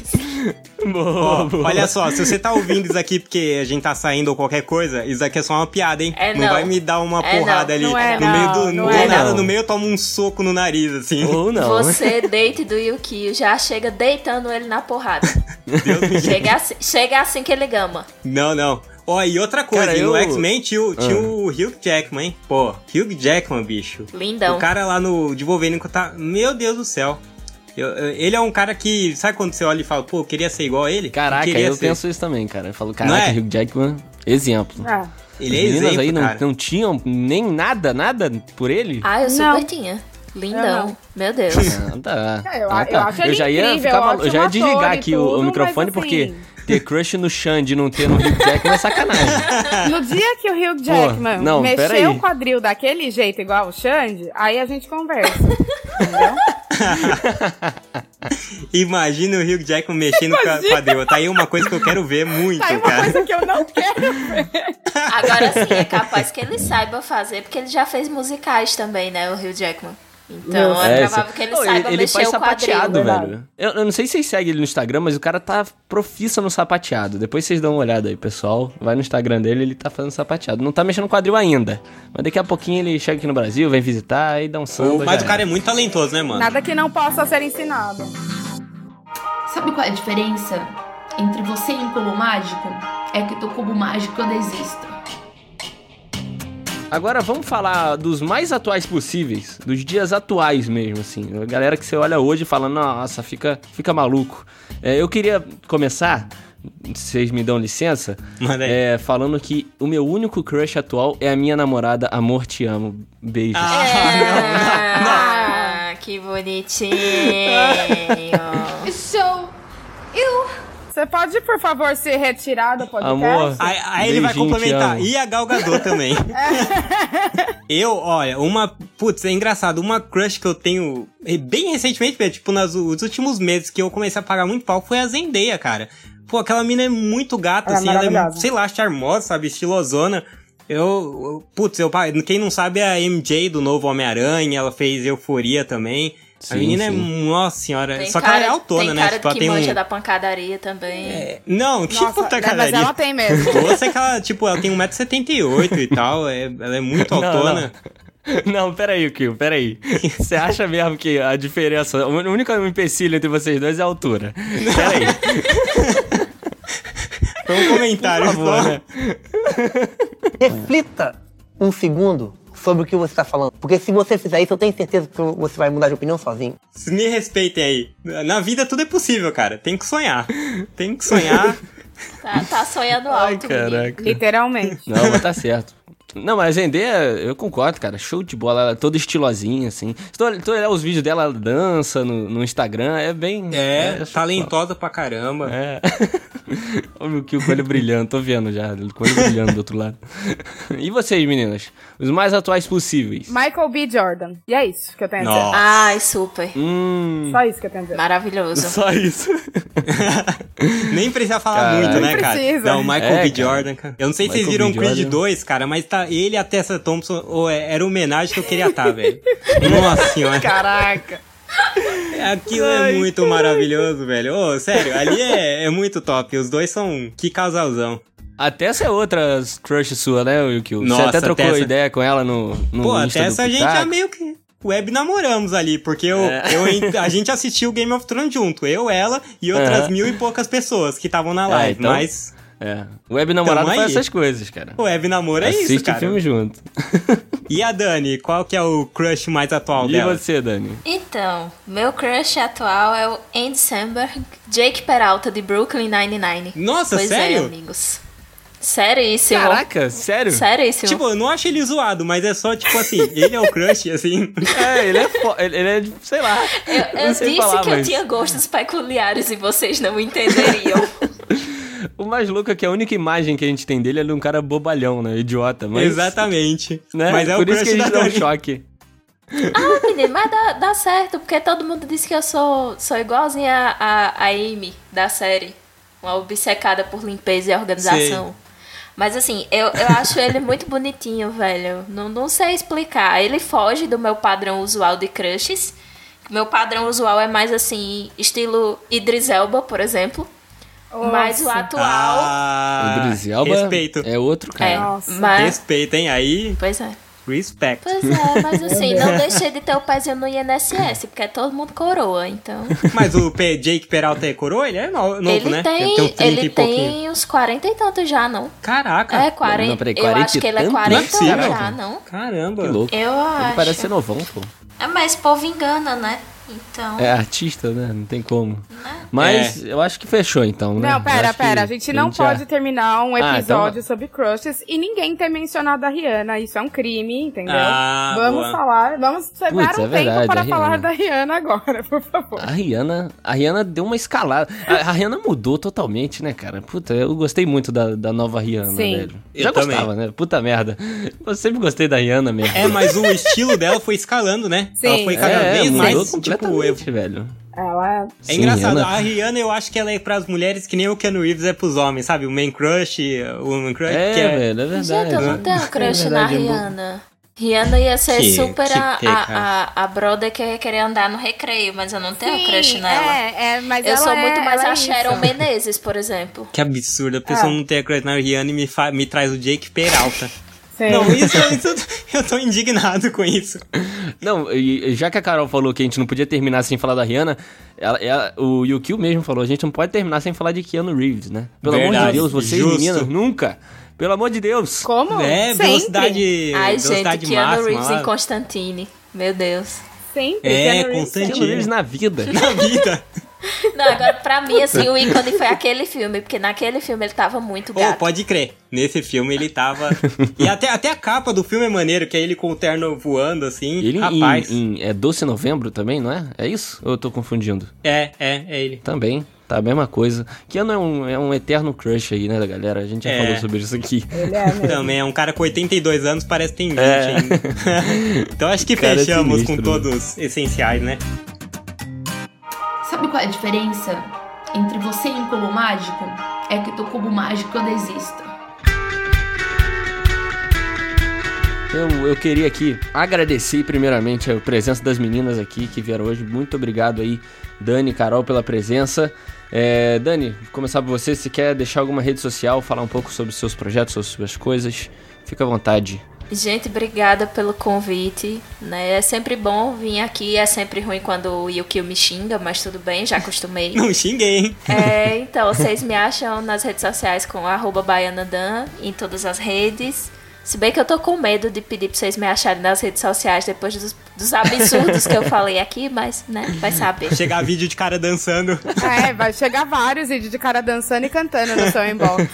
Speaker 1: Boa,
Speaker 2: ó,
Speaker 1: boa.
Speaker 2: olha só, se você tá ouvindo isso aqui porque a gente tá saindo ou qualquer coisa, isso aqui é só uma piada, hein?
Speaker 3: É,
Speaker 2: não.
Speaker 3: não.
Speaker 2: vai me dar uma
Speaker 3: É,
Speaker 2: porrada
Speaker 3: não.
Speaker 2: ali.
Speaker 4: Não é,
Speaker 2: no meio do,
Speaker 4: não,
Speaker 2: do
Speaker 4: não é,
Speaker 2: nada,
Speaker 1: não.
Speaker 2: no meio eu tomo um soco no nariz, assim.
Speaker 1: Ou não.
Speaker 3: Você, deite do Yukio, já chega deitando ele na porrada.
Speaker 2: Deus me
Speaker 3: Chega assim, chega assim que ele gama.
Speaker 2: Não, não. Ó, e outra coisa,
Speaker 1: Cara,
Speaker 2: e
Speaker 1: eu- Ah.
Speaker 2: no X-Men tinha, o- tinha o Hugh Jackman, hein? Pô, Hugh Jackman, bicho.
Speaker 3: Lindão.
Speaker 1: Então.
Speaker 2: O cara lá no de Wolverine que tá... Meu Deus do céu. Eu- eu- ele é um cara que... Sabe quando você olha e fala, pô, eu queria ser igual a ele?
Speaker 1: Caraca,
Speaker 2: queria
Speaker 1: eu
Speaker 2: ser.
Speaker 1: penso isso também, cara. Eu falo,
Speaker 2: é?
Speaker 1: caraca, Hugh Jackman, exemplo.
Speaker 4: Ah,
Speaker 2: Ele é
Speaker 1: As meninas
Speaker 2: exemplo,
Speaker 1: aí não, um-
Speaker 2: cara.
Speaker 1: não tinham nem nada, nada por ele?
Speaker 3: Ah, eu super
Speaker 4: Não.
Speaker 3: tinha.
Speaker 4: Eu
Speaker 3: Lindão.
Speaker 4: não.
Speaker 3: Meu Deus.
Speaker 1: Ah, tá.
Speaker 4: É, Eu-
Speaker 1: Ah,
Speaker 4: eu acho ele
Speaker 1: já ia
Speaker 4: incrível,
Speaker 1: ficar maluco,
Speaker 4: ótimo
Speaker 1: eu já ia desligar
Speaker 4: ator e
Speaker 1: aqui o- o,
Speaker 4: tudo,
Speaker 1: microfone
Speaker 4: mas
Speaker 1: porque
Speaker 4: assim-
Speaker 1: ter crush no Xande e não ter no Hugh Jackman é
Speaker 4: <laughs>
Speaker 1: sacanagem.
Speaker 4: É. No dia que o Hugh Jackman
Speaker 1: Pô, não, peraí.
Speaker 4: mexeu o quadril daquele jeito, igual o Xande, aí a gente conversa. entendeu?
Speaker 2: Imagina o Hugh Jackman mexendo com a quadril. Tá aí uma coisa que eu quero ver muito,
Speaker 4: Tá aí uma
Speaker 2: cara.
Speaker 4: coisa que eu não quero ver.
Speaker 3: Agora sim, é capaz que ele saiba fazer, porque ele já fez musicais também, né, o Hugh Jackman. Então é,
Speaker 1: É,
Speaker 3: provável
Speaker 1: cê-
Speaker 3: que ele
Speaker 1: Não,
Speaker 3: saiba
Speaker 1: ele
Speaker 3: mexer
Speaker 1: faz
Speaker 3: o né?
Speaker 1: sapateado,
Speaker 3: quadril.
Speaker 4: Verdade.
Speaker 1: velho. Eu, eu não sei se vocês seguem ele no Instagram, mas o cara tá profissa no sapateado. Depois vocês dão uma olhada aí, pessoal. Vai no Instagram dele, ele tá fazendo sapateado. Não tá mexendo no quadril ainda. Mas daqui a pouquinho ele chega aqui no Brasil, vem visitar e dá um samba.
Speaker 2: Mas
Speaker 1: já
Speaker 2: o cara
Speaker 1: é.
Speaker 2: é muito talentoso, né, mano?
Speaker 4: Nada que não possa ser ensinado.
Speaker 7: Sabe qual é a diferença entre você e um cubo mágico? É que o teu cubo mágico ainda existe.
Speaker 1: Agora vamos falar dos mais atuais possíveis, dos dias atuais mesmo, assim. A galera que você olha hoje e fala, nossa, fica, fica maluco. É, eu queria começar, se vocês me dão licença,
Speaker 2: Manda aí.
Speaker 1: é, falando que o meu único crush atual é a minha namorada, amor, te amo, beijo.
Speaker 3: Ah, que bonitinho.
Speaker 5: So, ew.
Speaker 4: Você pode, por favor, se retirar do podcast?
Speaker 1: Amor.
Speaker 2: Aí, aí ele vai
Speaker 1: Beijinho,
Speaker 2: complementar.
Speaker 1: te amo.
Speaker 2: E a Gal Gadot também. eu, olha, uma. Putz, é engraçado. Uma crush que eu tenho eh, bem recentemente, mesmo, tipo, nos últimos meses que eu comecei a pagar muito pau foi a Zendeia, cara. Pô, aquela mina é muito gata,
Speaker 4: Ela é
Speaker 2: assim, ela é,
Speaker 4: maravilhosa.
Speaker 2: sei lá, charmosa, sabe, estilosona. Eu, eu- putz, eu, pa- quem não sabe é a MJ do novo Homem-Aranha, ela fez Euforia também.
Speaker 1: Sim,
Speaker 2: a menina
Speaker 1: sim.
Speaker 2: é, nossa senhora,
Speaker 3: Tem
Speaker 2: só que
Speaker 3: cara,
Speaker 2: ela é autona,
Speaker 3: tem
Speaker 2: né?
Speaker 3: cara
Speaker 2: Tipo, ela
Speaker 3: que
Speaker 2: tem um-
Speaker 3: manja da pancadaria também.
Speaker 2: É, Não, que
Speaker 4: Nossa,
Speaker 2: puta
Speaker 4: né, mas
Speaker 2: cadaria.
Speaker 4: ela tem mesmo.
Speaker 2: <laughs> Doce é que ela, tipo, ela tem 1,78m e tal, é- ela é muito autona.
Speaker 1: <laughs> Não, peraí, Kio, <laughs> peraí. Você acha mesmo que a diferença, o único empecilho entre vocês dois é a altura. <laughs> Peraí.
Speaker 2: Foi um comentário
Speaker 1: Por favor,
Speaker 2: só.
Speaker 1: né?
Speaker 10: Reflita um segundo sobre o que você está falando. Porque se você fizer isso, eu tenho certeza que você vai mudar de opinião sozinho.
Speaker 2: Me respeitem aí. Na vida tudo é possível, cara. Tem que sonhar. Tem que sonhar.
Speaker 3: Tá, tá sonhando alto,
Speaker 1: Ai,
Speaker 3: menino.
Speaker 1: caraca.
Speaker 4: Literalmente.
Speaker 1: Não, mas tá certo. Não, mas a Zendê, eu concordo, cara. Show de bola. Ela é toda estilosinha, assim. Se tu, tu olhar os vídeos dela, ela dança no, no Instagram, é tá bem...
Speaker 2: É,
Speaker 1: show de bola.
Speaker 2: talentosa pra caramba.
Speaker 1: É. <laughs> Olha o que o coelho brilhando, tô vendo já, o coelho brilhando do outro lado. E vocês, meninas? Os mais atuais possíveis.
Speaker 4: Michael B. Jordan. E é isso que eu tenho a dizer.
Speaker 2: Nossa.
Speaker 3: Ai, super.
Speaker 1: Hum,
Speaker 4: Só isso que eu tenho a dizer.
Speaker 1: <laughs>
Speaker 2: <laughs>
Speaker 3: Maravilhoso.
Speaker 1: só isso.
Speaker 2: Nem precisa falar
Speaker 1: Caralho.
Speaker 2: muito, né,
Speaker 4: Nem
Speaker 2: cara?
Speaker 4: precisa.
Speaker 2: Não, Michael
Speaker 1: É,
Speaker 2: B.
Speaker 1: cara.
Speaker 2: Jordan, cara. Eu não sei se vocês
Speaker 1: Michael
Speaker 2: viram
Speaker 1: B.
Speaker 2: Creed
Speaker 1: Jordan.
Speaker 2: 2, cara, mas tá ele e a Tessa Thompson ou é- era a homenagem que eu queria estar, velho. Nossa senhora.
Speaker 1: Caraca.
Speaker 2: Aquilo é muito maravilhoso, velho. Ô, sério, ali é, é muito top. Os dois são. um. Que casalzão.
Speaker 1: Até essa é outra crush sua, né, Wilkio? Você
Speaker 2: Nossa,
Speaker 1: até trocou
Speaker 2: Tessa.
Speaker 1: ideia com ela no, no
Speaker 2: Pô,
Speaker 1: Insta
Speaker 2: até
Speaker 1: do
Speaker 2: essa a gente é
Speaker 1: Pitaco.
Speaker 2: já meio que. Web namoramos ali, porque eu,
Speaker 1: É.
Speaker 2: eu en- a gente assistiu Game of Thrones junto. Eu, ela e outras
Speaker 1: Aham.
Speaker 2: mil e poucas pessoas que estavam na live.
Speaker 1: então-
Speaker 2: Mas
Speaker 1: É. Web namorado
Speaker 2: Tamo
Speaker 1: faz
Speaker 2: aí.
Speaker 1: essas coisas, cara.
Speaker 2: o web namoro é
Speaker 1: Assiste
Speaker 2: isso, cara.
Speaker 1: filme junto.
Speaker 2: E a Dani, qual que é o crush mais atual
Speaker 1: E
Speaker 2: dela?
Speaker 1: você, Dani?
Speaker 3: Então, meu crush atual é o Andy Samberg, Jake Peralta de Brooklyn Nine-Nine.
Speaker 2: Nossa,
Speaker 3: pois é,
Speaker 2: sério?
Speaker 3: amigos. Seríssimo.
Speaker 1: Caraca, sério?
Speaker 3: Seríssimo.
Speaker 2: Tipo, eu não acho ele zoado, mas é só, tipo
Speaker 1: <laughs>
Speaker 2: assim, ele é o crush, assim.
Speaker 1: É, ele é fo... ele ele é, de- sei lá.
Speaker 2: <laughs>
Speaker 3: eu eu
Speaker 1: não sei
Speaker 3: disse
Speaker 1: falar,
Speaker 3: que eu
Speaker 1: mas
Speaker 3: tinha gostos peculiares e vocês não entenderiam.
Speaker 2: <laughs>
Speaker 1: O mais louco é que a única imagem que a gente tem dele é de um cara bobalhão, né? Idiota, mas...
Speaker 2: Exatamente.
Speaker 1: Né?
Speaker 2: Mas é
Speaker 1: Por
Speaker 2: o crush
Speaker 1: isso que a
Speaker 2: da
Speaker 1: gente dá um
Speaker 2: Dani.
Speaker 1: choque.
Speaker 3: ah, menino, mas dá, dá certo, porque todo mundo disse que eu sou, sou igualzinha a, a, a Amy da série. Uma obcecada por limpeza e organização. Mas assim, eu, eu acho ele muito bonitinho, velho. Não, não sei explicar. Ele foge do meu padrão usual de crushes. Meu padrão usual é mais assim, estilo Idris Elba, por exemplo. Mas o
Speaker 4: Nossa.
Speaker 3: atual.
Speaker 2: Ah,
Speaker 1: o Idris Elba
Speaker 2: Respeito.
Speaker 1: é outro
Speaker 3: É,
Speaker 1: cara.
Speaker 4: Nossa.
Speaker 3: mas.
Speaker 2: Respeito, hein? Aí,
Speaker 3: Pois é.
Speaker 2: respect.
Speaker 3: Pois é, mas assim, não deixei de ter o pezinho no INSS, porque é todo mundo coroa, então.
Speaker 2: Mas o P- Jake Peralta é coroa? Ele é no- novo,
Speaker 3: ele
Speaker 2: né? Deve
Speaker 3: tem,
Speaker 2: ter
Speaker 1: um
Speaker 2: uns 30
Speaker 3: ele
Speaker 2: e pouquinho.
Speaker 3: tem uns 40 e tantos já, não?
Speaker 2: Caraca.
Speaker 3: É, 40.
Speaker 1: não, peraí,
Speaker 3: eu
Speaker 1: 40
Speaker 3: acho
Speaker 1: e
Speaker 3: que ele é
Speaker 1: tantos?
Speaker 3: 40
Speaker 2: Não é possível.
Speaker 3: já, não?
Speaker 2: Caramba.
Speaker 1: Que louco.
Speaker 3: Eu
Speaker 1: Ele
Speaker 3: acho.
Speaker 1: parece ser novão, pô.
Speaker 3: É, mas povo engana, né? Então.
Speaker 1: É artista, né? Não tem como.
Speaker 2: É.
Speaker 1: Mas eu acho que fechou, então, né?
Speaker 4: Não,
Speaker 1: Eu
Speaker 4: pera,
Speaker 1: acho
Speaker 4: pera.
Speaker 1: que
Speaker 4: A gente não
Speaker 1: já-
Speaker 4: pode terminar um
Speaker 1: Ah,
Speaker 4: episódio
Speaker 1: então-
Speaker 4: sobre crushes e ninguém ter mencionado a Rihanna. Isso é um crime, entendeu?
Speaker 2: Ah,
Speaker 4: vamos
Speaker 2: boa.
Speaker 4: falar, vamos separar
Speaker 1: Putz, é
Speaker 4: um
Speaker 1: verdade,
Speaker 4: tempo para
Speaker 1: a
Speaker 4: falar
Speaker 1: Rihanna.
Speaker 4: da Rihanna agora, <laughs> por favor.
Speaker 1: A Rihanna, a Rihanna deu uma escalada. A, a Rihanna mudou totalmente, né, cara? Puta, eu gostei muito da, da nova Rihanna,
Speaker 4: Sim.
Speaker 1: velho.
Speaker 2: Eu
Speaker 1: Já
Speaker 2: também.
Speaker 1: gostava, né? Puta merda. Eu sempre gostei da Rihanna mesmo.
Speaker 2: É, mas o estilo dela foi escalando, né?
Speaker 4: Sim.
Speaker 2: Ela foi cada
Speaker 1: é,
Speaker 2: vez
Speaker 1: mudou
Speaker 2: mais, tipo,
Speaker 1: completamente, velho.
Speaker 2: É
Speaker 4: Ela
Speaker 1: Sim,
Speaker 2: engraçado,
Speaker 1: Rihanna.
Speaker 2: a Rihanna eu acho que ela é pras mulheres que nem o Keanu Reeves é pros homens, sabe? O Man Crush, o Woman Crush.
Speaker 1: É,
Speaker 2: que
Speaker 1: velho, é verdade.
Speaker 3: Gente, eu não tenho crush
Speaker 1: É
Speaker 3: na
Speaker 1: verdade, é bom. é,
Speaker 3: Rihanna. Rihanna ia ser
Speaker 2: Que-
Speaker 3: super
Speaker 2: que
Speaker 3: a,
Speaker 2: peca.
Speaker 3: a, a, a brother que ia querer andar no recreio, mas eu não tenho
Speaker 4: Sim,
Speaker 3: um crush nela.
Speaker 4: É, é, mas
Speaker 3: eu
Speaker 4: ela
Speaker 3: sou
Speaker 4: é-
Speaker 3: muito mais
Speaker 4: ela é
Speaker 3: a Sharon
Speaker 4: isso.
Speaker 3: Menezes, por exemplo.
Speaker 2: Que absurdo, a pessoa
Speaker 3: É.
Speaker 2: não ter crush na Rihanna e me, fa- me traz o Jake Peralta.
Speaker 3: É.
Speaker 4: Sim.
Speaker 2: Não, isso, isso- eu tô indignado com isso.
Speaker 1: Não, e e já que a Carol falou que a gente não podia terminar sem falar da Rihanna, ela, ela- o Yukio mesmo falou, a gente não pode terminar sem falar de Keanu Reeves, né? Pelo amor de
Speaker 2: Verdade,
Speaker 1: Deus, vocês
Speaker 2: justo.
Speaker 1: meninas, nunca. Pelo amor de Deus.
Speaker 4: Como?
Speaker 2: É,
Speaker 4: Sempre.
Speaker 2: velocidade,
Speaker 3: Ai, gente,
Speaker 2: velocidade
Speaker 3: Keanu
Speaker 2: máxima.
Speaker 3: Reeves
Speaker 2: lá.
Speaker 3: em Constantine. Meu Deus.
Speaker 4: Sempre.
Speaker 2: É,
Speaker 4: Keanu Reeves
Speaker 2: constante.
Speaker 1: Keanu Reeves na vida.
Speaker 2: <laughs> Na vida.
Speaker 3: Não, agora pra mim, assim, o ícone foi aquele filme, porque naquele filme ele tava muito
Speaker 2: Ou
Speaker 3: gato.
Speaker 2: pode crer, nesse filme ele tava... e até, até a capa do filme é maneiro, que é ele com o terno voando, assim.
Speaker 1: Ele
Speaker 2: Rapaz,
Speaker 1: em, em- é 12 de novembro também, não é? É isso? Ou eu tô confundindo?
Speaker 2: é, é, é ele.
Speaker 1: Também, tá a mesma coisa. Keanu é um, é um eterno crush aí, né, da galera? A gente já
Speaker 2: É.
Speaker 1: falou sobre isso aqui.
Speaker 4: Ele é mesmo.
Speaker 2: Também é um cara com 82 anos, parece que tem 20
Speaker 1: É.
Speaker 2: ainda. <laughs> então acho que
Speaker 1: Cara é
Speaker 2: fechamos com
Speaker 1: sinistro, né?
Speaker 2: todos essenciais, né?
Speaker 7: Sabe qual é a diferença entre você e um cubo mágico? É que teu cubo mágico ainda exista.
Speaker 1: Eu, eu queria aqui agradecer primeiramente a presença das meninas aqui que vieram hoje. Muito obrigado aí, Dani e Carol, pela presença. É, Dani, vou começar por você. Se quer deixar alguma rede social, falar um pouco sobre seus projetos, sobre suas coisas, fica à vontade.
Speaker 3: Gente, obrigada pelo convite. Né? É sempre bom vir aqui, é sempre ruim quando o Yukio me xinga, mas tudo bem,
Speaker 2: <laughs>
Speaker 3: já acostumei.
Speaker 2: Não xinguei, hein?
Speaker 3: É, então, vocês me acham nas redes sociais com arroba baianadan em todas as redes. Se bem que eu tô com medo de pedir pra vocês me acharem nas redes sociais depois dos, dos absurdos que eu falei aqui, mas, né, vai saber.
Speaker 2: Chegar vídeo de cara dançando. <laughs>
Speaker 4: É, vai chegar vários vídeos de cara dançando e cantando no seu inbox.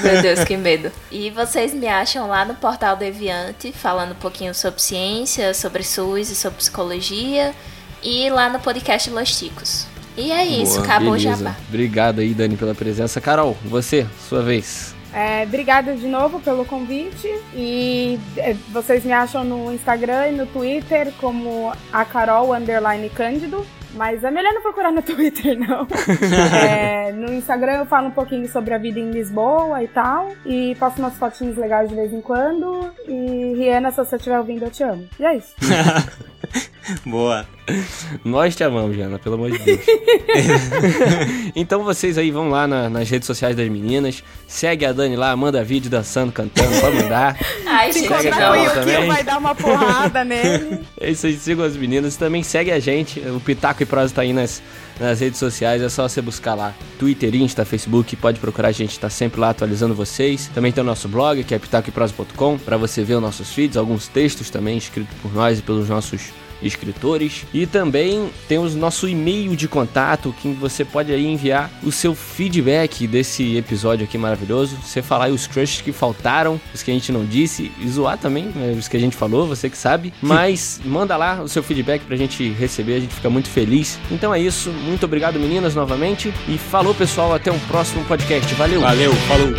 Speaker 3: Meu Deus, que medo. E vocês me acham lá no Portal Deviante, falando um pouquinho sobre ciência, sobre SUS e sobre psicologia. E lá no podcast Los Ticos. E é isso,
Speaker 1: Boa,
Speaker 3: acabou o
Speaker 1: beleza.
Speaker 3: jabá.
Speaker 1: Obrigado aí, Dani, pela presença. Carol, você, sua vez.
Speaker 4: É, obrigada de novo pelo convite. E é, vocês me acham no Instagram e no Twitter como a Carol Underline Cândido. Mas é melhor não procurar no <laughs> Twitter, não. É, no Instagram eu falo um pouquinho sobre a vida em Lisboa e tal. E passo umas fotinhas legais de vez em quando. E Rihanna, se você estiver ouvindo, eu te amo. E é isso.
Speaker 2: Boa.
Speaker 1: Nós te amamos, Jana, pelo amor de Deus. então vocês aí vão lá na- nas redes sociais das meninas, segue a Dani lá, manda vídeo dançando, cantando, pra mandar.
Speaker 3: Ai,
Speaker 4: Se
Speaker 3: gente,
Speaker 1: encontrar com
Speaker 4: encontrar o
Speaker 1: o
Speaker 3: não.
Speaker 1: Yukio, também.
Speaker 4: Yukio, vai dar uma porrada nele.
Speaker 1: É isso aí, sigam as meninas. Também segue a gente. O Pitaco e Prosa tá aí nas, nas redes sociais. É só você buscar lá. Twitter, Insta, Facebook. Pode procurar a gente. Tá sempre lá atualizando vocês. Também tem o nosso blog, que é pitacoeprosa.com, pra você ver os nossos feeds. Alguns textos também escritos por nós e pelos nossos escritores. E também temos nosso e-mail de contato, que você pode aí enviar o seu feedback desse episódio aqui maravilhoso. Você falar aí os crushes que faltaram, os que a gente não disse, e zoar também, né, os que a gente falou, você que sabe. Mas manda lá o seu feedback pra gente receber, a gente fica muito feliz. Então é isso, muito obrigado meninas novamente, e falou pessoal, até um próximo podcast. Valeu!
Speaker 2: Valeu, falou.